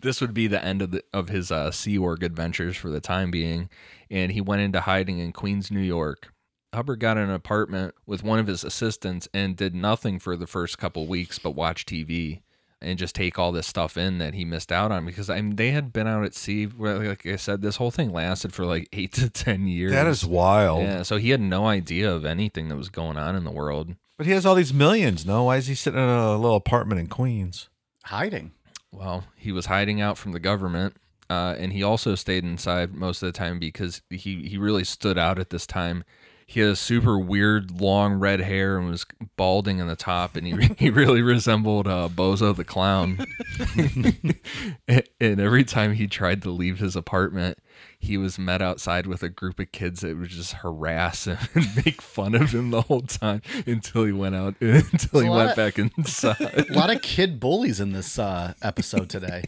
This would be the end of the, of his uh, Sea Org adventures for the time being, and he went into hiding in Queens, New York. Hubbard got an apartment with one of his assistants and did nothing for the first couple weeks but watch TV and just take all this stuff in that he missed out on because I mean they had been out at sea. where, Like I said, this whole thing lasted for like eight to ten years.
that is wild.
Yeah, so he had no idea of anything that was going on in the world.
But he has all these millions. No, why is he sitting in a little apartment in Queens?
Hiding.
Well, he was hiding out from the government, uh, and he also stayed inside most of the time because he, he really stood out at this time. He had a super weird long red hair and was balding in the top, and he, he really resembled uh, Bozo the Clown. and and every time he tried to leave his apartment, he was met outside with a group of kids that would just harass him and make fun of him the whole time until he went out, until he
lot
went
of-
back inside.
A lot of kid bullies in this uh, episode today.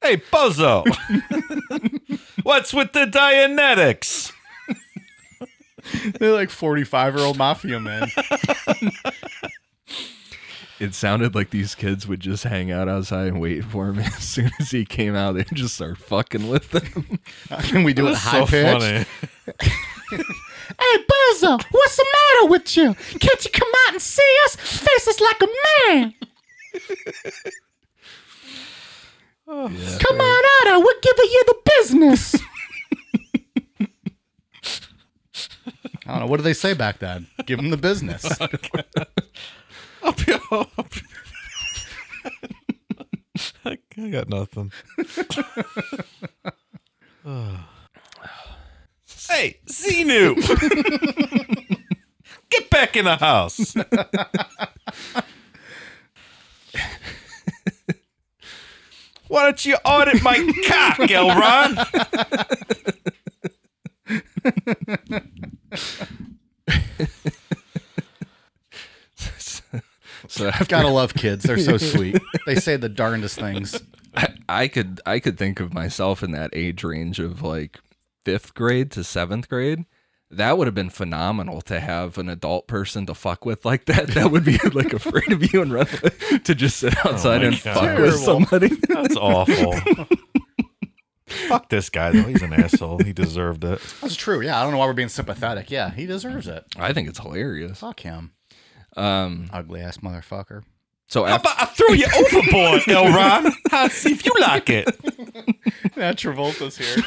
Hey, Bozo. What's with the Dianetics?
They're like 45 year old mafia men.
It sounded like these kids would just hang out outside and wait for him. As soon as he came out, they'd just start fucking with him.
Can we do it
That's
high pitched?
funny.
Hey, Buzzo, what's the matter with you? Can't you come out and see us? Face us like a man. come on out, or we're giving you the business. I don't know. What do they say back then? Give them the business.
Up your- up your- I got nothing. hey, Zenu! Get back in the house. Why don't you audit my cock, Elron?
So after
Gotta love kids. They're so sweet. They say the darndest things.
I, I could I could think of myself in that age range of like fifth grade to seventh grade. That would have been phenomenal to have an adult person to fuck with like that. That would be like afraid of you and run away, to just sit outside
Oh my
and
God.
fuck with
Terrible.
somebody.
That's awful. Fuck this guy, though. He's an asshole. He deserved it.
That's true. Yeah, I don't know why we're being sympathetic. Yeah, he deserves it.
I think it's hilarious.
Fuck him.
Um,
Ugly ass motherfucker.
so
How
after,
about I throw you overboard, Elron? I'll see if you like it.
That Travolta's here.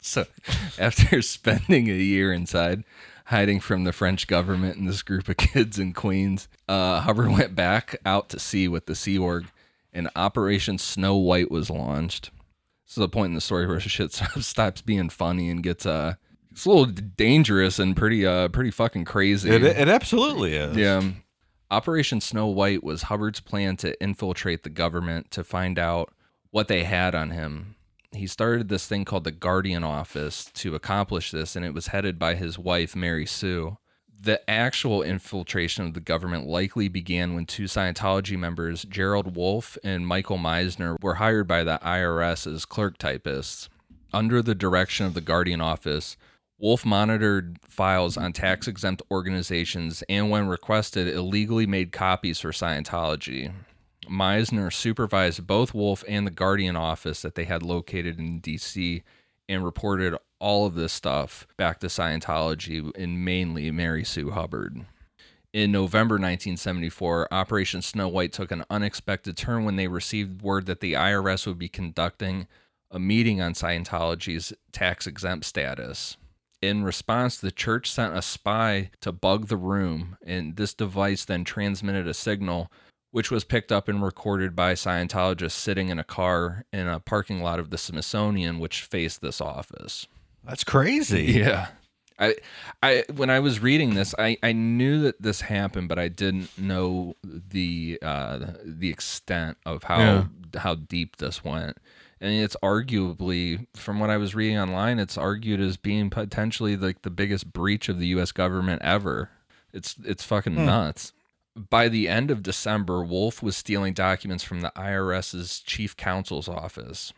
so after spending a year inside hiding from the French government and this group of kids in Queens, uh, Hubbard went back out to sea with the Sea Org, and Operation Snow White was launched. This is the point in the story where shit stops, stops being funny and gets uh, it's a little dangerous and pretty uh, pretty fucking crazy.
It, it absolutely is.
Yeah. Operation Snow White was Hubbard's plan to infiltrate the government to find out what they had on him. He started this thing called the Guardian Office to accomplish this, and it was headed by his wife, Mary Sue. The actual infiltration of the government likely began when two Scientology members, Gerald Wolf and Michael Meisner, were hired by the IRS as clerk typists. Under the direction of the Guardian Office, Wolf monitored files on tax exempt organizations and, when requested, illegally made copies for Scientology. Meisner supervised both Wolf and the Guardian office that they had located in DC and reported all of this stuff back to Scientology and mainly Mary Sue Hubbard. In November 1974, Operation Snow White took an unexpected turn when they received word that the IRS would be conducting a meeting on Scientology's tax exempt status. In response, the church sent a spy to bug the room, and this device then transmitted a signal, which was picked up and recorded by Scientologists sitting in a car in a parking lot of the Smithsonian, which faced this office.
That's crazy.
Yeah. I, I when I was reading this, I, I knew that this happened, but I didn't know the uh, the extent of how how deep this went. And it's arguably, from what I was reading online, it's argued as being potentially like the biggest breach of the U.S. government ever. It's it's fucking nuts. By the end of December, Wolf was stealing documents from the IRS's chief counsel's office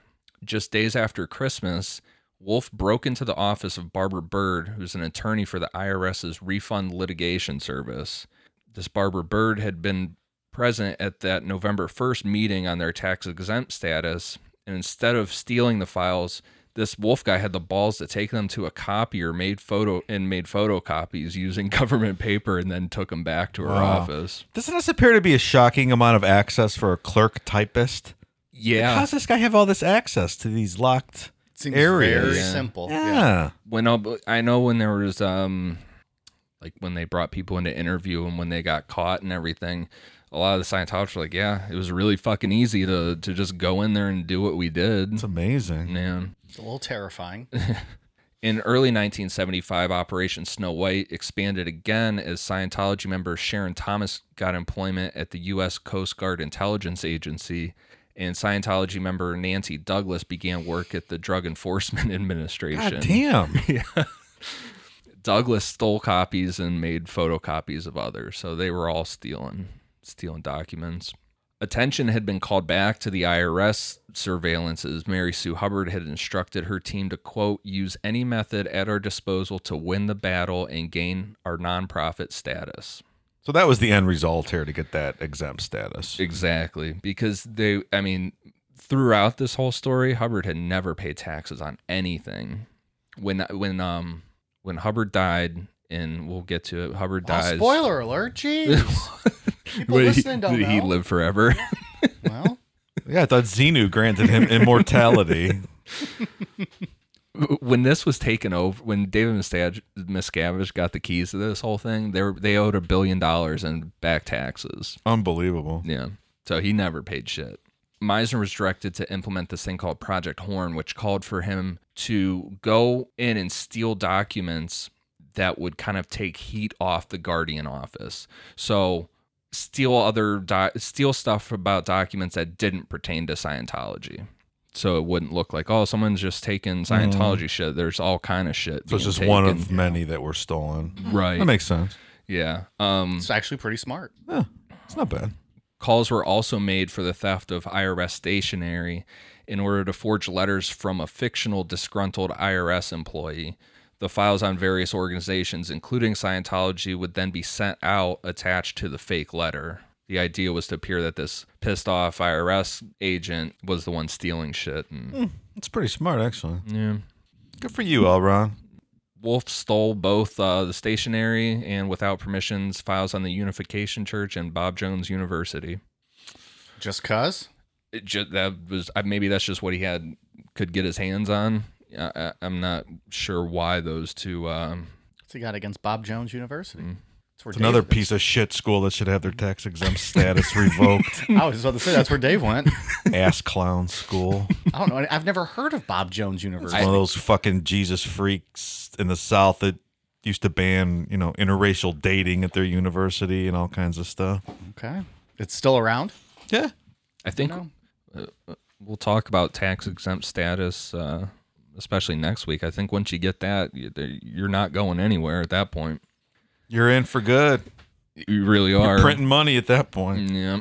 just days after Christmas, Wolf broke into the office of Barbara Bird, who's an attorney for the IRS's refund litigation service. This Barbara Bird had been present at that November 1st meeting on their tax exempt status, and instead of stealing the files, this wolf guy had the balls to take them to a copier, made photo and made photocopies using government paper, and then took them back to her
Wow.
office.
Doesn't this appear to be a shocking amount of access for a clerk typist?
Yeah,
How's this guy have all this access to these locked
Seems
areas?
very
Yeah.
simple.
yeah.
when all, I know when there was um like when they brought people into interview and when they got caught and everything, a lot of the Scientologists were like, yeah, it was really fucking easy to to just go in there and do what we did.
It's amazing.
Man.
It's a little terrifying.
In early 1975, Operation Snow White expanded again as Scientology member Sharon Thomas got employment at the U.S. Coast Guard Intelligence Agency, and Scientology member Nancy Douglas began work at the Drug Enforcement Administration.
God damn.
Douglas stole copies and made photocopies of others, so they were all stealing stealing documents. Attention had been called back to the IRS surveillance as Mary Sue Hubbard had instructed her team to, quote, use any method at our disposal to win the battle and gain our nonprofit status.
So that was the end result here to get that exempt status.
Exactly. Because they, I mean, throughout this whole story, Hubbard had never paid taxes on anything. When, when, um, when Hubbard died, and we'll get to it, Hubbard
Well,
dies.
spoiler alert, jeez. People
Wait,
listening don't
did he
know.
live forever?
well,
Yeah, I thought Xenu granted him immortality.
when this was taken over, when David Miscavige, Miscavige got the keys to this whole thing, they were, they owed a billion dollars in back taxes.
Unbelievable.
Yeah, so he never paid shit. Meisner was directed to implement this thing called Project Horn, which called for him to go in and steal documents that would kind of take heat off the Guardian office. So steal other doc- steal stuff about documents that didn't pertain to Scientology. So it wouldn't look like oh someone's just taking Scientology shit. There's all kind of shit.
Mm-hmm. So it's
being
just one of
taken.
many that were stolen.
right.
That makes sense.
yeah. Um,
it's actually pretty smart.
Yeah, it's not bad.
Calls were also made for the theft of IRS stationery in order to forge letters from a fictional disgruntled IRS employee. The files on various organizations, including Scientology, would then be sent out attached to the fake letter. The idea was to appear that this pissed off IRS agent was the one stealing shit. And,
It's pretty smart, actually.
yeah.
Good for you, Elron.
Wolf stole both uh, the stationery and, without permissions, files on the Unification Church and Bob Jones University.
Just cuz.
it just, that was I- maybe that's just what he had could get his hands on. I, I, I'm not sure why those two. Um,
What's he got against Bob Jones University? It's where
It's another
Dave-
piece of shit school that should have their tax exempt status revoked.
I was about to say that's where Dave went.
Ass clown school.
I don't know. I've never heard of Bob Jones University.
It's one of those fucking Jesus freaks in the South that used to ban, you know, interracial dating at their university and all kinds of stuff.
Okay. It's still around.
Yeah.
I think uh, uh, we'll talk about tax exempt status, uh, especially next week. I think once you get that, you- there- you're not going anywhere at that point.
You're in for good.
You really are.
You're printing money at that point.
Yeah.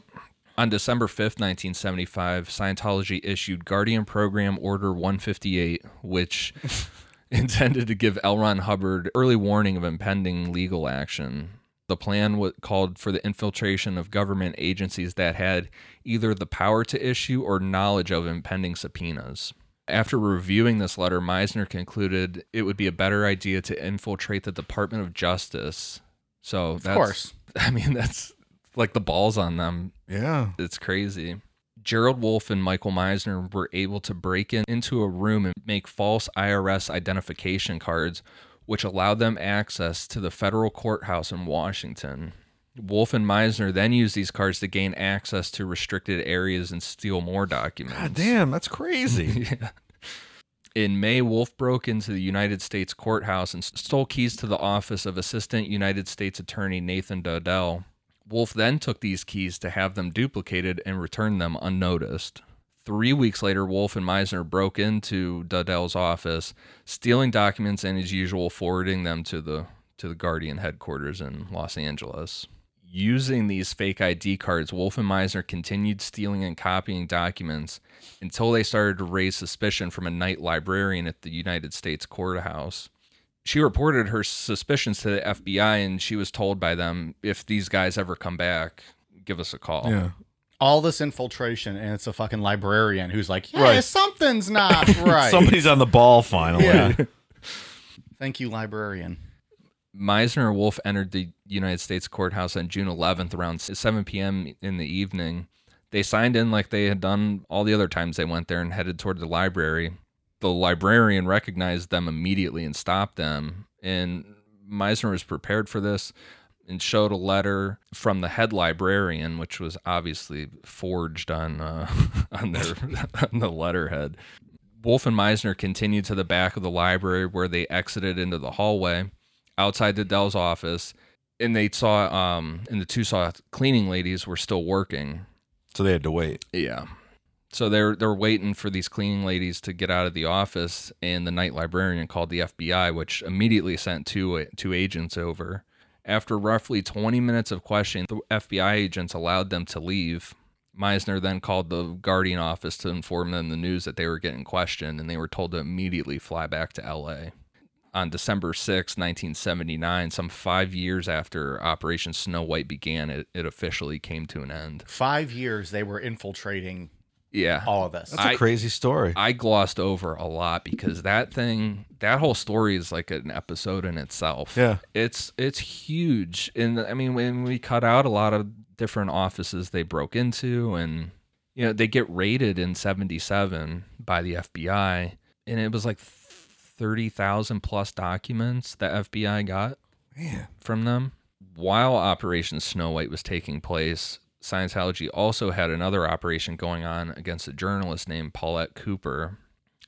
On December 5th, 1975, Scientology issued Guardian Program Order 158, which intended to give L. Ron Hubbard early warning of impending legal action. The plan wa called for the infiltration of government agencies that had either the power to issue or knowledge of impending subpoenas. After reviewing this letter, Meisner concluded it would be a better idea to infiltrate the Department of Justice. So, that's,
course.
I mean, that's like the balls on them.
Yeah.
It's crazy. Gerald Wolf and Michael Meisner were able to break in into a room and make false IRS identification cards, which allowed them access to the federal courthouse in Washington. Wolf and Meisner then used these cards to gain access to restricted areas and steal more documents.
God damn, that's crazy.
In May, Wolf broke into the United States courthouse and stole keys to the office of Assistant United States Attorney Nathan Dodell. Wolf then took these keys to have them duplicated and returned them unnoticed. Three weeks later, Wolf and Meisner broke into Dodell's office, stealing documents and, as usual, forwarding them to the to the Guardian headquarters in Los Angeles. Using these fake ID cards, Wolf and Meisner continued stealing and copying documents until they started to raise suspicion from a night librarian at the United States courthouse. She reported her suspicions to the FBI and she was told by them if these guys ever come back, give us a call.
yeah.
All this infiltration, and it's a fucking librarian who's like, "Hey,
Right.
something's not right."
Somebody's on the ball finally.
Yeah. Thank you, librarian.
Meisner and Wolf entered the United States courthouse on June 11th around 7 p.m. in the evening. They signed in like they had done all the other times they went there and headed toward the library. The librarian recognized them immediately and stopped them. And Meisner was prepared for this and showed a letter from the head librarian, which was obviously forged on uh, on their on the letterhead. Wolf and Meisner continued to the back of the library where they exited into the hallway outside the Dell's office, and they saw um and the two saw cleaning ladies were still working.
So they had to wait.
Yeah. So they're they're waiting for these cleaning ladies to get out of the office, and the night librarian called the FBI, which immediately sent two two agents over. After roughly 20 minutes of questioning, the FBI agents allowed them to leave, Meisner then called the Guardian office to inform them the news that they were getting questioned, and they were told to immediately fly back to LA. On December 6, 1979, some five years after Operation Snow White began, it, it officially came to an end.
Five years they were infiltrating
Yeah.
all of this.
That's a
I-
crazy story.
I glossed over a lot because that thing, that whole story is like an episode in itself.
Yeah.
It's it's huge. And I mean when we cut out a lot of different offices they broke into and you know, they get raided in 77 by the FBI and it was like 30,000 plus documents the FBI got from them. While Operation Snow White was taking place, Scientology also had another operation going on against a journalist named Paulette Cooper.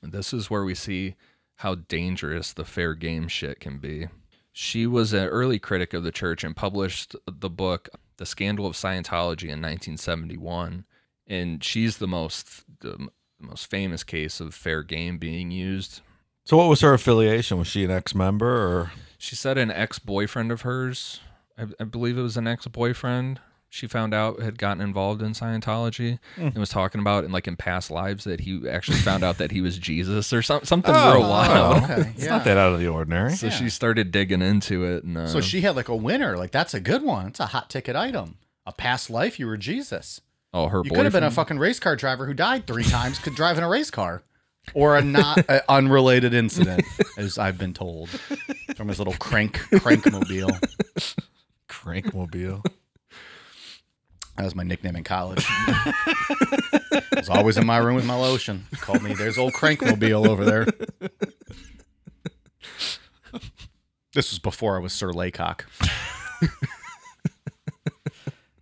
This is where we see how dangerous the fair game shit can be. She was an early critic of the church and published the book The Scandal of Scientology in 1971. And she's the most the most famous case of fair game being used
so, what was her affiliation? Was she an ex member or?
she said an ex-boyfriend of hers i, I believe it was an ex-boyfriend she found out had gotten involved in scientology
Hmm.
and was talking about in like in past lives that he actually found out that he was jesus or some, something
Oh,
real wild
okay.
It's not that out of the ordinary.
so she started digging into it and uh,
So she had like a winner. Like that's a good one. It's a hot ticket item. A past life, you were Jesus.
oh her
You could
boyfriend
have been a fucking race car driver who died three times could driving a race car, or a not a unrelated incident, as I've been told from his little crank crankmobile.
Crankmobile.
That was my nickname in college. I was always in my room with my lotion. Called me, there's old Crankmobile over there. This was before I was Sir Laycock.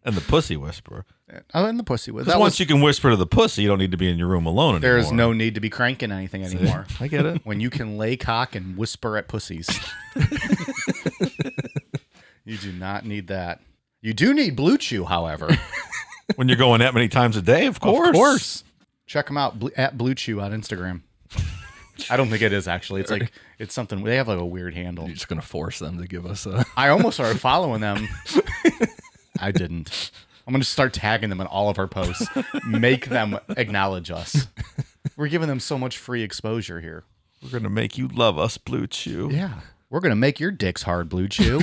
and the pussy whisperer.
Oh, and the pussy was.
Because
That
once
was
you can whisper to the pussy, you don't need to be in your room alone anymore.
there's no need to be cranking anything anymore.
I get it.
when you can lay cock and whisper at pussies. you do not need that. You do need Blue Chew, however.
when you're going that many times a day, of course.
Of course. Check them out bl- at Blue Chew on Instagram. I don't think it is actually. It's like it's something they have like a weird handle.
you're just gonna force them to give us a
I almost started following them. I didn't. I'm gonna start tagging them in all of our posts. Make them acknowledge us. We're giving them so much free exposure here.
We're gonna make you love us, Blue Chew.
Yeah. We're going to make your dicks hard, Blue Chew.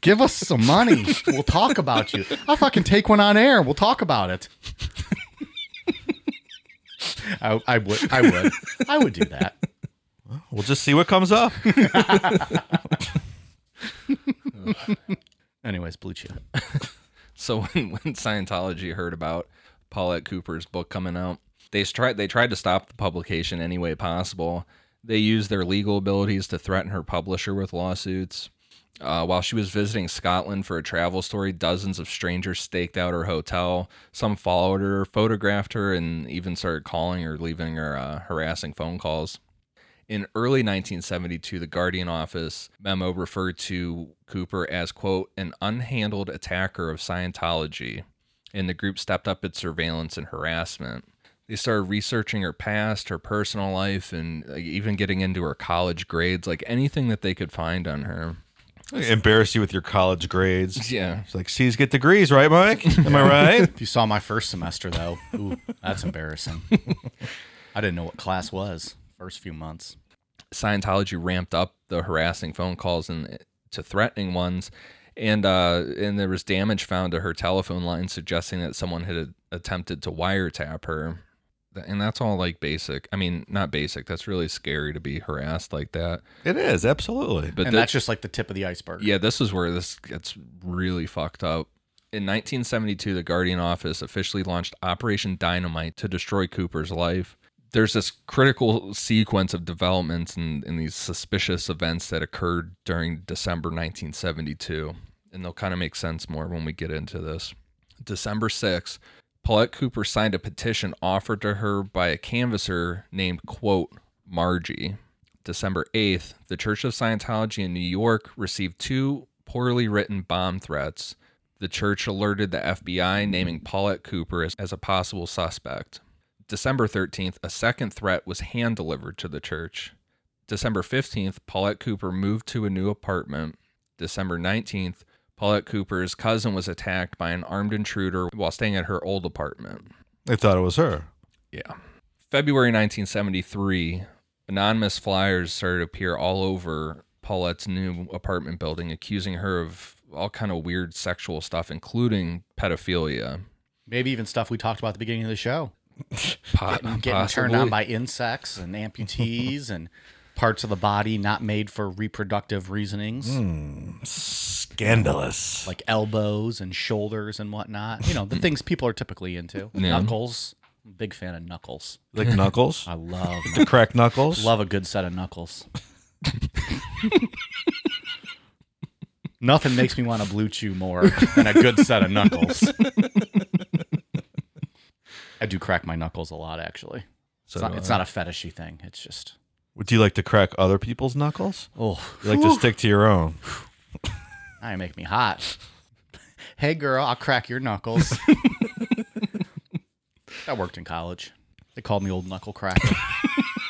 Give us some money. We'll talk about you. I'll fucking take one on air. We'll talk about it. I, I would. I would. I would do that.
We'll just see what comes up.
Anyways, Blue Chew.
So when, when Scientology heard about Paulette Cooper's book coming out, they tried they tried to stop the publication any way possible. They used their legal abilities to threaten her publisher with lawsuits. Uh, while she was visiting Scotland for a travel story, dozens of strangers staked out her hotel. Some followed her, photographed her, and even started calling or leaving her uh, harassing phone calls. In early 1972, the Guardian office memo referred to Cooper as, quote, an unhandled attacker of Scientology, and the group stepped up its surveillance and harassment. They started researching her past, her personal life, and like, even getting into her college grades, like anything that they could find on her.
Embarrass you with your college grades.
Yeah.
It's like C's get degrees, right, Mike? Am I right?
If you saw my first semester, though, ooh, that's embarrassing. I didn't know what class was first few months.
Scientology ramped up the harassing phone calls and eh, to threatening ones, and uh, and there was damage found to her telephone line, suggesting that someone had attempted to wiretap her. Th- And that's all like basic. I mean, not basic. That's really scary to be harassed like that.
It is absolutely.
But
and
thi-
that's just like the tip of the iceberg.
yeah, this is where this gets really fucked up. In 1972, the Guardian office officially launched Operation Dynamite to destroy Cooper's life. There's this critical sequence of developments and, and these suspicious events that occurred during December 1972. And they'll kind of make sense more when we get into this. December 6th, Paulette Cooper signed a petition offered to her by a canvasser named, quote, Margie. December 8th, the Church of Scientology in New York received two poorly written bomb threats. The church alerted the FBI, naming Paulette Cooper as, as a possible suspect. December 13th, a second threat was hand delivered to the church. December 15th, Paulette Cooper moved to a new apartment. December 19th, Paulette Cooper's cousin was attacked by an armed intruder while staying at her old apartment.
They thought it was her.
Yeah. February 1973, anonymous flyers started to appear all over Paulette's new apartment building, accusing her of all kind of weird sexual stuff, including pedophilia.
Maybe even stuff we talked about at the beginning of the show.
Po-
Getting turned
possibly.
on by insects and amputees and parts of the body not made for reproductive reasonings,
Hmm.
Scandalous.
like elbows and shoulders and whatnot. You know, the things people are typically into.
Hmm. Yeah.
Knuckles. I'm a big fan of knuckles.
Like knuckles.
I love
the crack knuckles.
love a good set of knuckles. Nothing makes me want to blue chew more than a good set of knuckles. I do crack my knuckles a lot, actually.
So,
it's, not, it's not a fetishy thing. It's just
Would you like to crack other people's knuckles?
oh,
You like to stick to your own.
now you make me hot. hey, girl, I'll crack your knuckles. that worked in college. They called me old knuckle cracker.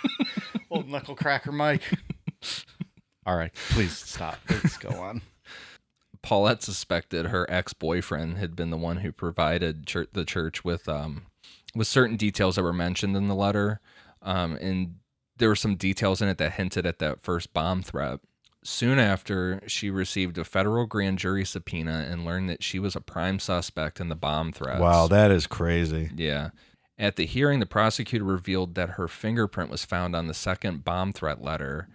old knuckle cracker, Mike. All right, please stop. Let's go on.
Paulette suspected her ex-boyfriend had been the one who provided chur the church with um, with certain details that were mentioned in the letter, um, and there were some details in it that hinted at that first bomb threat. Soon after, she received a federal grand jury subpoena and learned that she was a prime suspect in the bomb threats.
Wow, that is crazy.
Yeah. At the hearing, the prosecutor revealed that her fingerprint was found on the second bomb threat letter.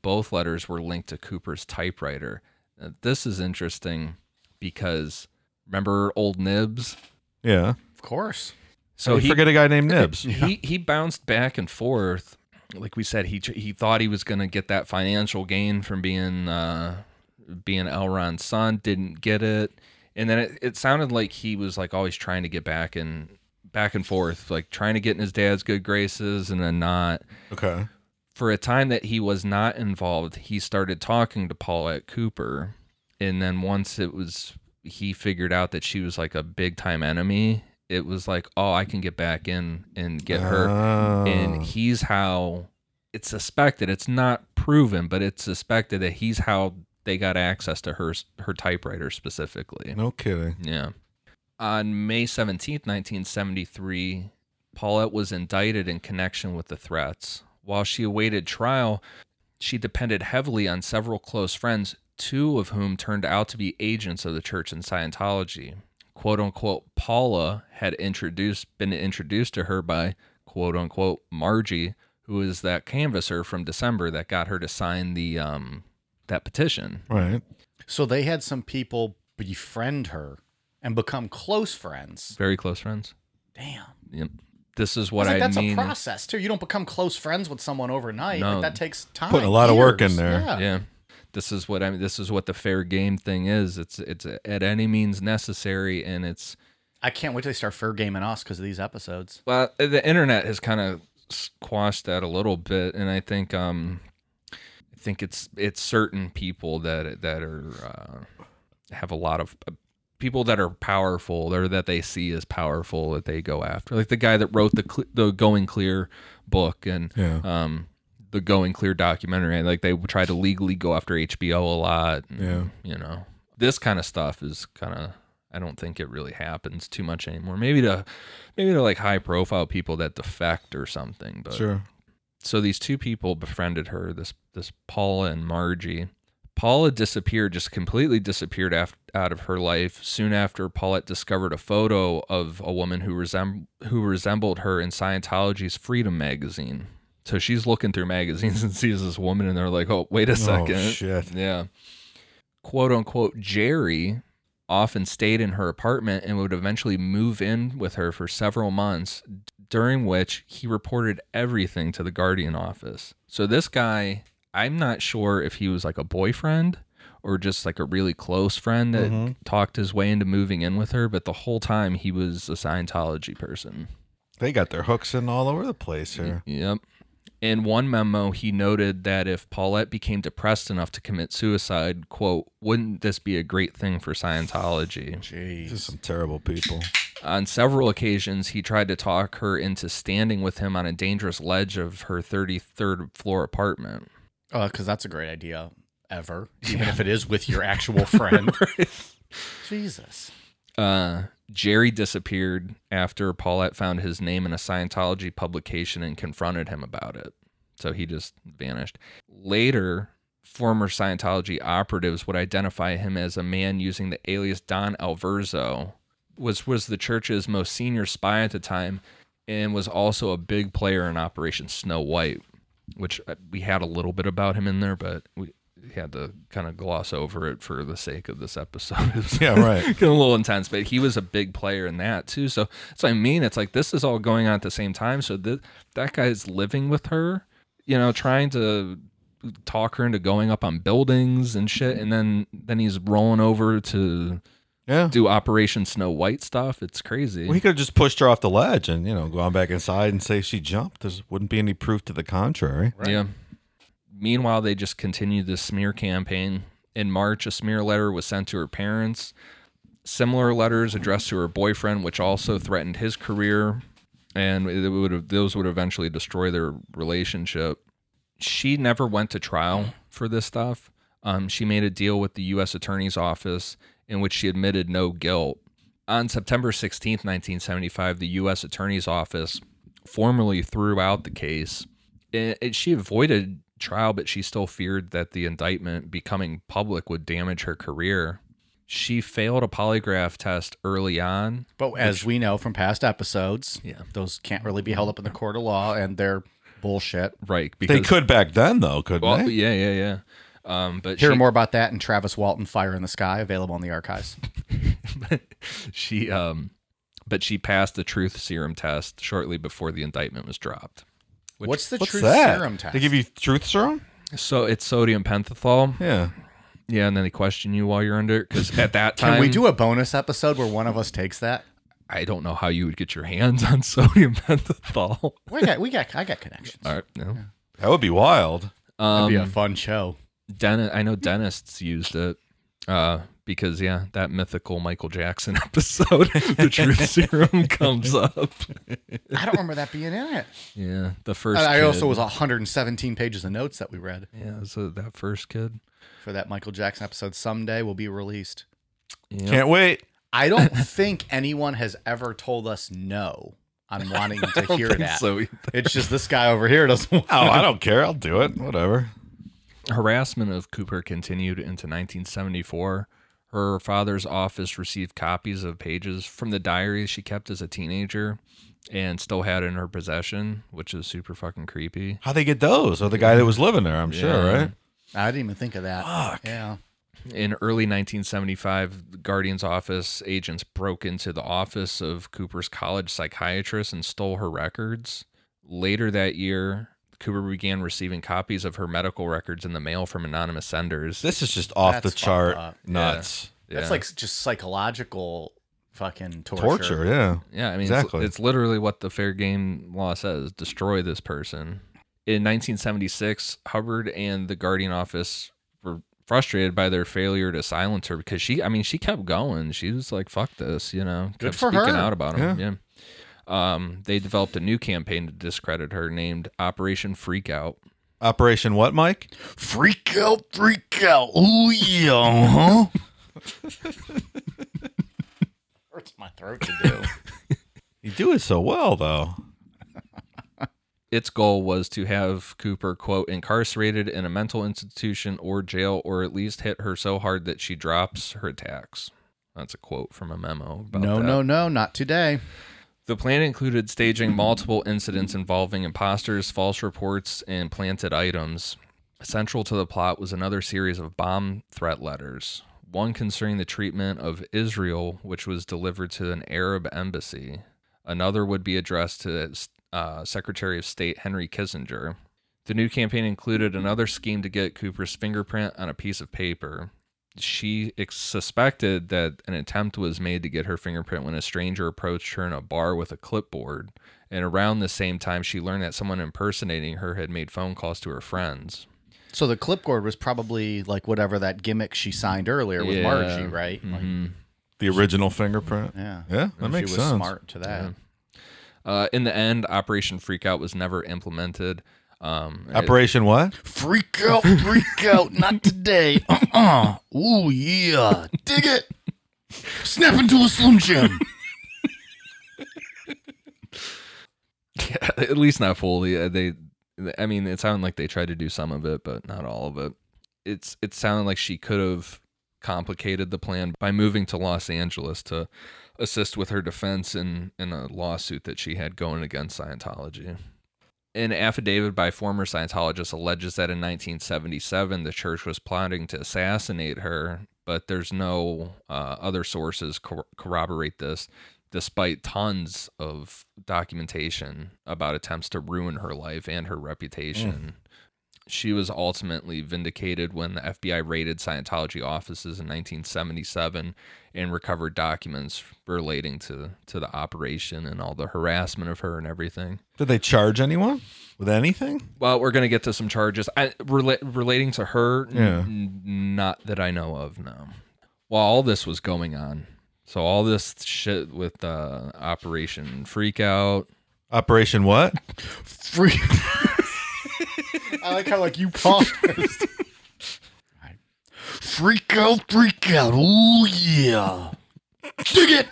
Both letters were linked to Cooper's typewriter. Now, this is interesting because remember old Nibs?
Yeah.
Of course.
So he forget a guy named Nibs.
he he bounced back and forth. Like we said, he tr- he thought he was going to get that financial gain from being uh, being Elron's son. Didn't get it, and then it, it sounded like he was like always trying to get back and back and forth, like trying to get in his dad's good graces, and then not.
Okay.
For a time that he was not involved, he started talking to Paulette Cooper, and then once it was he figured out that she was like a big time enemy. It was like, oh, I can get back in and get her and
Oh.
he's how it's suspected it's not proven but it's suspected that he's how they got access to her her typewriter specifically
No kidding.
yeah on may 17th 1973 paulette was indicted in connection with the threats while she awaited trial she depended heavily on several close friends two of whom turned out to be agents of the church in scientology quote unquote Paula had introduced been introduced to her by quote unquote Margie, who is that canvasser from December that got her to sign the um that petition.
Right.
So they had some people befriend her and become close friends.
Very close friends.
Damn.
Yep. This is
I was
what
like,
I,
that's
mean.
a process too. You don't become close friends with someone overnight.
No.
Like, that takes time.
Putting a lot of work
years.
in there.
Yeah.
yeah. This is what I mean. This is what the fair game thing is. It's it's at any means necessary, and it's
I can't wait till they start fair gaming us because of these episodes.
Well, the internet has kind of squashed that a little bit, and I think um, I think it's it's certain people that that are uh, have a lot of people that are powerful or that they see as powerful that they go after, like the guy that wrote the cle the Going Clear book and
Yeah.
um, the Going Clear documentary. Like they try to legally go after HBO a lot. and,
Yeah.
you know this kind of stuff is kind of I don't think it really happens too much anymore. Maybe to maybe to like high profile people that defect or something. But
Sure.
so these two people befriended her, this this Paula and Margie. Paula disappeared, just completely disappeared af- out of her life. Soon after, Paulette discovered a photo of a woman who resem- who resembled her in Scientology's Freedom magazine. So she's looking through magazines and sees this woman, and they're like, "Oh, wait a second,
shit.
yeah." Quote unquote, Jerry often stayed in her apartment and would eventually move in with her for several months, d- during which he reported everything to the Guardian office. So this guy, I'm not sure if he was like a boyfriend or just like a really close friend that talked his way into moving in with her, but the whole time he was a Scientology person.
They got their hooks in all over the place here.
Yep. In one memo, he noted that if Paulette became depressed enough to commit suicide, quote, wouldn't this be a great thing for Scientology?
These are some terrible people.
On several occasions, he tried to talk her into standing with him on a dangerous ledge of her 33rd floor apartment.
Uh, Because that's a great idea ever, even if it is with your actual friend. Jesus.
Uh, Jerry disappeared after Paulette found his name in a Scientology publication and confronted him about it. So he just vanished. Later, former Scientology operatives would identify him as a man using the alias Don Alverzo, was was the church's most senior spy at the time, and was also a big player in Operation Snow White, which uh, we had a little bit about him in there, but we had to kind of gloss over it for the sake of this episode. It was
Yeah, right.
getting a little intense, but he was a big player in that too. So that's what I mean. It's like this is all going on at the same time. So th- that guy is living with her, you know, trying to talk her into going up on buildings and shit, and then then he's rolling over to
Yeah.
do Operation Snow White stuff. It's crazy.
Well, he could have just pushed her off the ledge and, you know, gone back inside and say she jumped. There wouldn't be any proof to the contrary.
Yeah. Meanwhile, they just continued this smear campaign. In March, a smear letter was sent to her parents. Similar letters addressed to her boyfriend, which also threatened his career, and it would have, those would eventually destroy their relationship. She never went to trial for this stuff. Um, she made a deal with the U.S. Attorney's Office in which she admitted no guilt. On September 16th, 1975, the U.S. Attorney's Office formally threw out the case and and she avoided trial, but she still feared that the indictment becoming public would damage her career. She failed a polygraph test early on.
But as we know from past episodes,
Yeah.
those can't really be held up in the court of law and they're bullshit.
Right.
They could back then, though, couldn't
Well,
they?
yeah, yeah, yeah. Um, but
Hear
she,
more about that in Travis Walton Fire in the Sky, available in the archives.
she, um, but she passed the truth serum test shortly before the indictment was dropped. Which-
What's the
What's
truth
that?
serum test?
They give you truth serum?
So it's sodium pentothal.
Yeah.
Yeah, and then they question you while you're under because at that time
Can we do a bonus episode where one of us takes that?
I don't know how you would get your hands on sodium pentothal.
We got, we got, I got connections.
All right, no.
That would be wild.
That'd
Um,
be a fun show.
Deni- I know dentists used it uh, because, yeah, that mythical Michael Jackson episode, the truth serum comes up.
I don't remember that being in it.
Yeah, the first.
I I
kid.
also was 117 pages of notes that we read
Yeah, so that first kid.
for that Michael Jackson episode. Someday will be released.
Yeah.
Can't wait.
I don't think anyone has ever told us no on wanting to hear
think
that.
so either.
It's just this guy over here doesn't. Want
Oh, I don't care. I'll do it. Whatever.
Harassment of Cooper continued into 1974. Her father's office received copies of pages from the diaries she kept as a teenager and still had in her possession, which is super fucking creepy.
How they get those? Or the guy that was living there, I'm sure,
Yeah.
right?
I didn't even think of that.
Fuck.
Yeah.
In early 1975, the Guardian's office agents broke into the office of Cooper's college psychiatrist and stole her records. Later that year, Cooper began receiving copies of her medical records in the mail from anonymous senders.
This is just off
That's
the chart
fucked up.
nuts.
That's
Yeah.
like just psychological fucking torture.
Torture, yeah.
Yeah, I mean,
Exactly.
it's, it's literally what the fair game law says destroy this person. In 1976, Hubbard and the Guardian office were frustrated by their failure to silence her because she, I mean, she kept going. She was like, fuck this, you know,
Good
kept
for
speaking
her.
out about him. Yeah. Um, they developed a new campaign to discredit her named Operation Freakout.
Operation what, Mike?
Freak out, freak out. Ooh, yeah, huh? Hurts my throat to do.
You do it so well, though.
its goal was to have Cooper, quote, incarcerated in a mental institution or jail, or at least hit her so hard that she drops her attacks. That's a quote from a memo. About
no,
that.
no, no, not today.
The plan included staging multiple incidents involving imposters, false reports, and planted items. Central to the plot was another series of bomb threat letters, one concerning the treatment of Israel, which was delivered to an Arab embassy. Another would be addressed to uh, Secretary of State Henry Kissinger. The new campaign included another scheme to get Cooper's fingerprint on a piece of paper she ex- suspected that an attempt was made to get her fingerprint when a stranger approached her in a bar with a clipboard. And around the same time, she learned that someone impersonating her had made phone calls to her friends.
So the clipboard was probably like whatever that gimmick she signed earlier with
Yeah. Mm-hmm.
Margie, right? Like,
The original fingerprint.
yeah.
Yeah, that
And
makes
she was
sense.
smart to that.
Uh, in the end, Operation Freakout was never implemented. Um, it-
Operation what?
Freak out, freak out, not today. Uh uh Ooh, yeah. Uh-uh. Dig it. Snap into a Slim Jim.
Yeah, at least not fully. Uh, They, I mean, it sounded like they tried to do some of it, but not all of it. It's it sounded like she could have complicated the plan by moving to Los Angeles to assist with her defense in in a lawsuit that she had going against Scientology. An affidavit by former Scientologists alleges that in 1977 the church was plotting to assassinate her, but there's no uh, other sources cor- corroborate this, despite tons of documentation about attempts to ruin her life and her reputation. She was ultimately vindicated when the FBI raided Scientology offices in 1977 and recovered documents relating to, to the operation and all the harassment of her and everything.
Did they charge anyone with anything?
Well, we're gonna get to some charges I, rela- relating to her. n-
Yeah.
n- not that I know of. No. While all this was going on, so all this shit with uh, Operation Freakout.
Operation what?
Free. I like how like you paused. first. Alright. Freak out, freak out. Oh yeah. Dig it.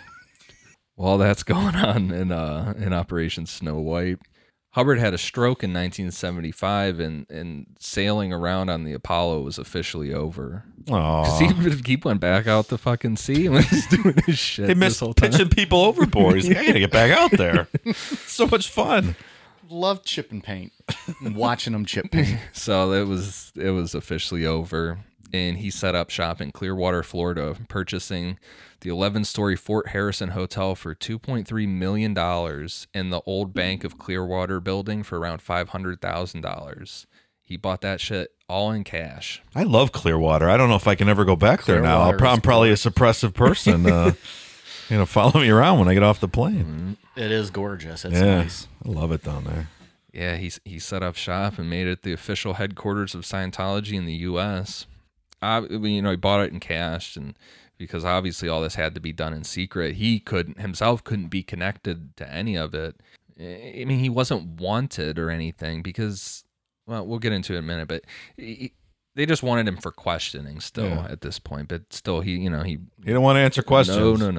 While that's going on in uh, in Operation Snow White, Hubbard had a stroke in 1975, and and sailing around on the Apollo was officially over. Because
Oh,
he, he went back out the fucking sea and was doing his shit.
they
this
missed
whole time.
pitching people overboard. He's like, I gotta get back out there. It's so much fun.
Love chip and paint. Watching them chip paint.
So it was it was officially over, and he set up shop in Clearwater, Florida, purchasing the 11-story Fort Harrison Hotel for 2.3 million dollars and the old Bank of Clearwater building for around five hundred thousand dollars. He bought that shit all in cash.
I love Clearwater. I don't know if I can ever go back there now. I'll
Clearwater
pro-
is
I'm probably a suppressive person. Uh, you know, follow me around when I get off the plane.
It is gorgeous. It's
yeah,
nice.
I love it down there.
Yeah, he s- he set up shop and made it the official headquarters of Scientology in the U.S. Ob- I mean, you know, he bought it in cash, and because obviously all this had to be done in secret, he couldn't himself couldn't be connected to any of it. I I mean, he wasn't wanted or anything because, well, we'll get into it in a minute, but he, they just wanted him for questioning still
Yeah.
at this point. But still, he you know he
You don't want to answer questions.
no, no,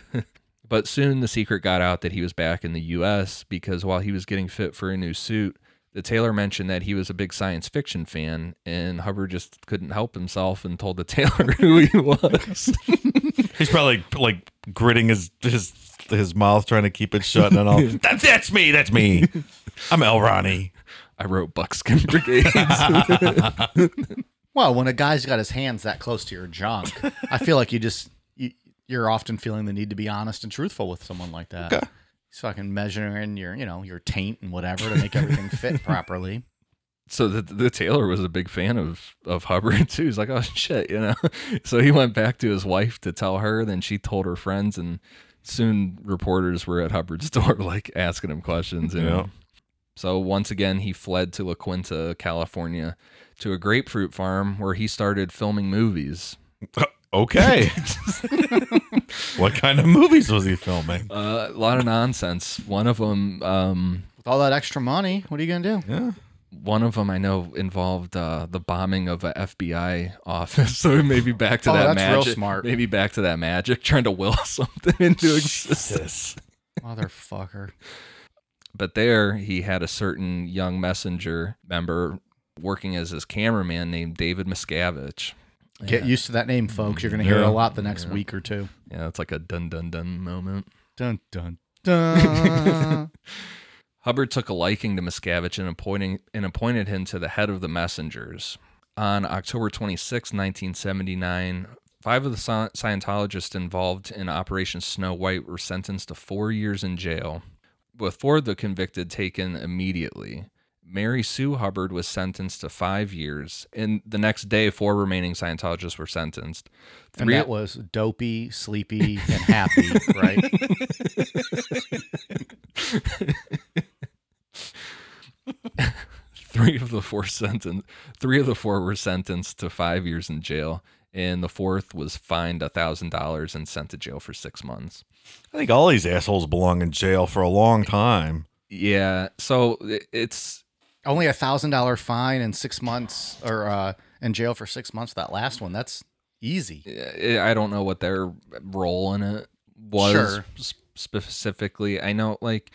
no. but soon the secret got out that he was back in the U.S. because while he was getting fit for a new suit, the tailor mentioned that he was a big science fiction fan, and Hubbard just couldn't help himself and told the tailor who he was.
He's probably like gritting his his his mouth, trying to keep it shut, and then all that, that's me, that's me. I'm El Ronnie.
I wrote Buckskin Brigades.
Well, when a guy's got his hands that close to your junk, I feel like you just you, you're often feeling the need to be honest and truthful with someone like that. He's fucking measuring your, you know, your taint and whatever to make everything fit properly.
so the, the tailor was a big fan of, of Hubbard, too. He's like, oh, shit, you know? So he went back to his wife to tell her, then she told her friends, and soon reporters were at Hubbard's door, like, asking him questions. You know? So once again, he fled to La Quinta, California, to a grapefruit farm where he started filming movies.
Uh, Okay. what kind of movies was he filming?
Uh, a lot of nonsense. One of them, um,
With all that extra money, what are you gonna do?
Yeah.
one of them I know involved uh, the bombing of an FBI office. So maybe back to
Oh,
that
that's real
magic.
smart.
Maybe back to that magic, trying to will something into existence.
Motherfucker.
But there, he had a certain young messenger member working as his cameraman named David Miscavige.
Get used to that name, folks. You're gonna hear it
Yeah.
a lot the next week or two.
Yeah, it's like a dun dun dun moment.
Dun dun dun.
Hubbard took a liking to Miscavige and, appointing, and appointed him to the head of the messengers. On October 26, 1979, five of the Sci- Scientologists involved in Operation Snow White were sentenced to four years in jail, with four of the convicted taken immediately. Mary Sue Hubbard was sentenced to five years, and the next day, four remaining Scientologists were sentenced.
and that was dopey, sleepy, and happy, right?
three of the four sentenced three of the four were sentenced to five years in jail and the fourth was fined a thousand dollars and sent to jail for six months
I think all these assholes belong in jail for a long time.
yeah so it- it's
Only a thousand dollar fine and six months or uh in jail for six months. for That last one, that's Easy.
I I don't know what their role in it was
Sure.
s- specifically. I know like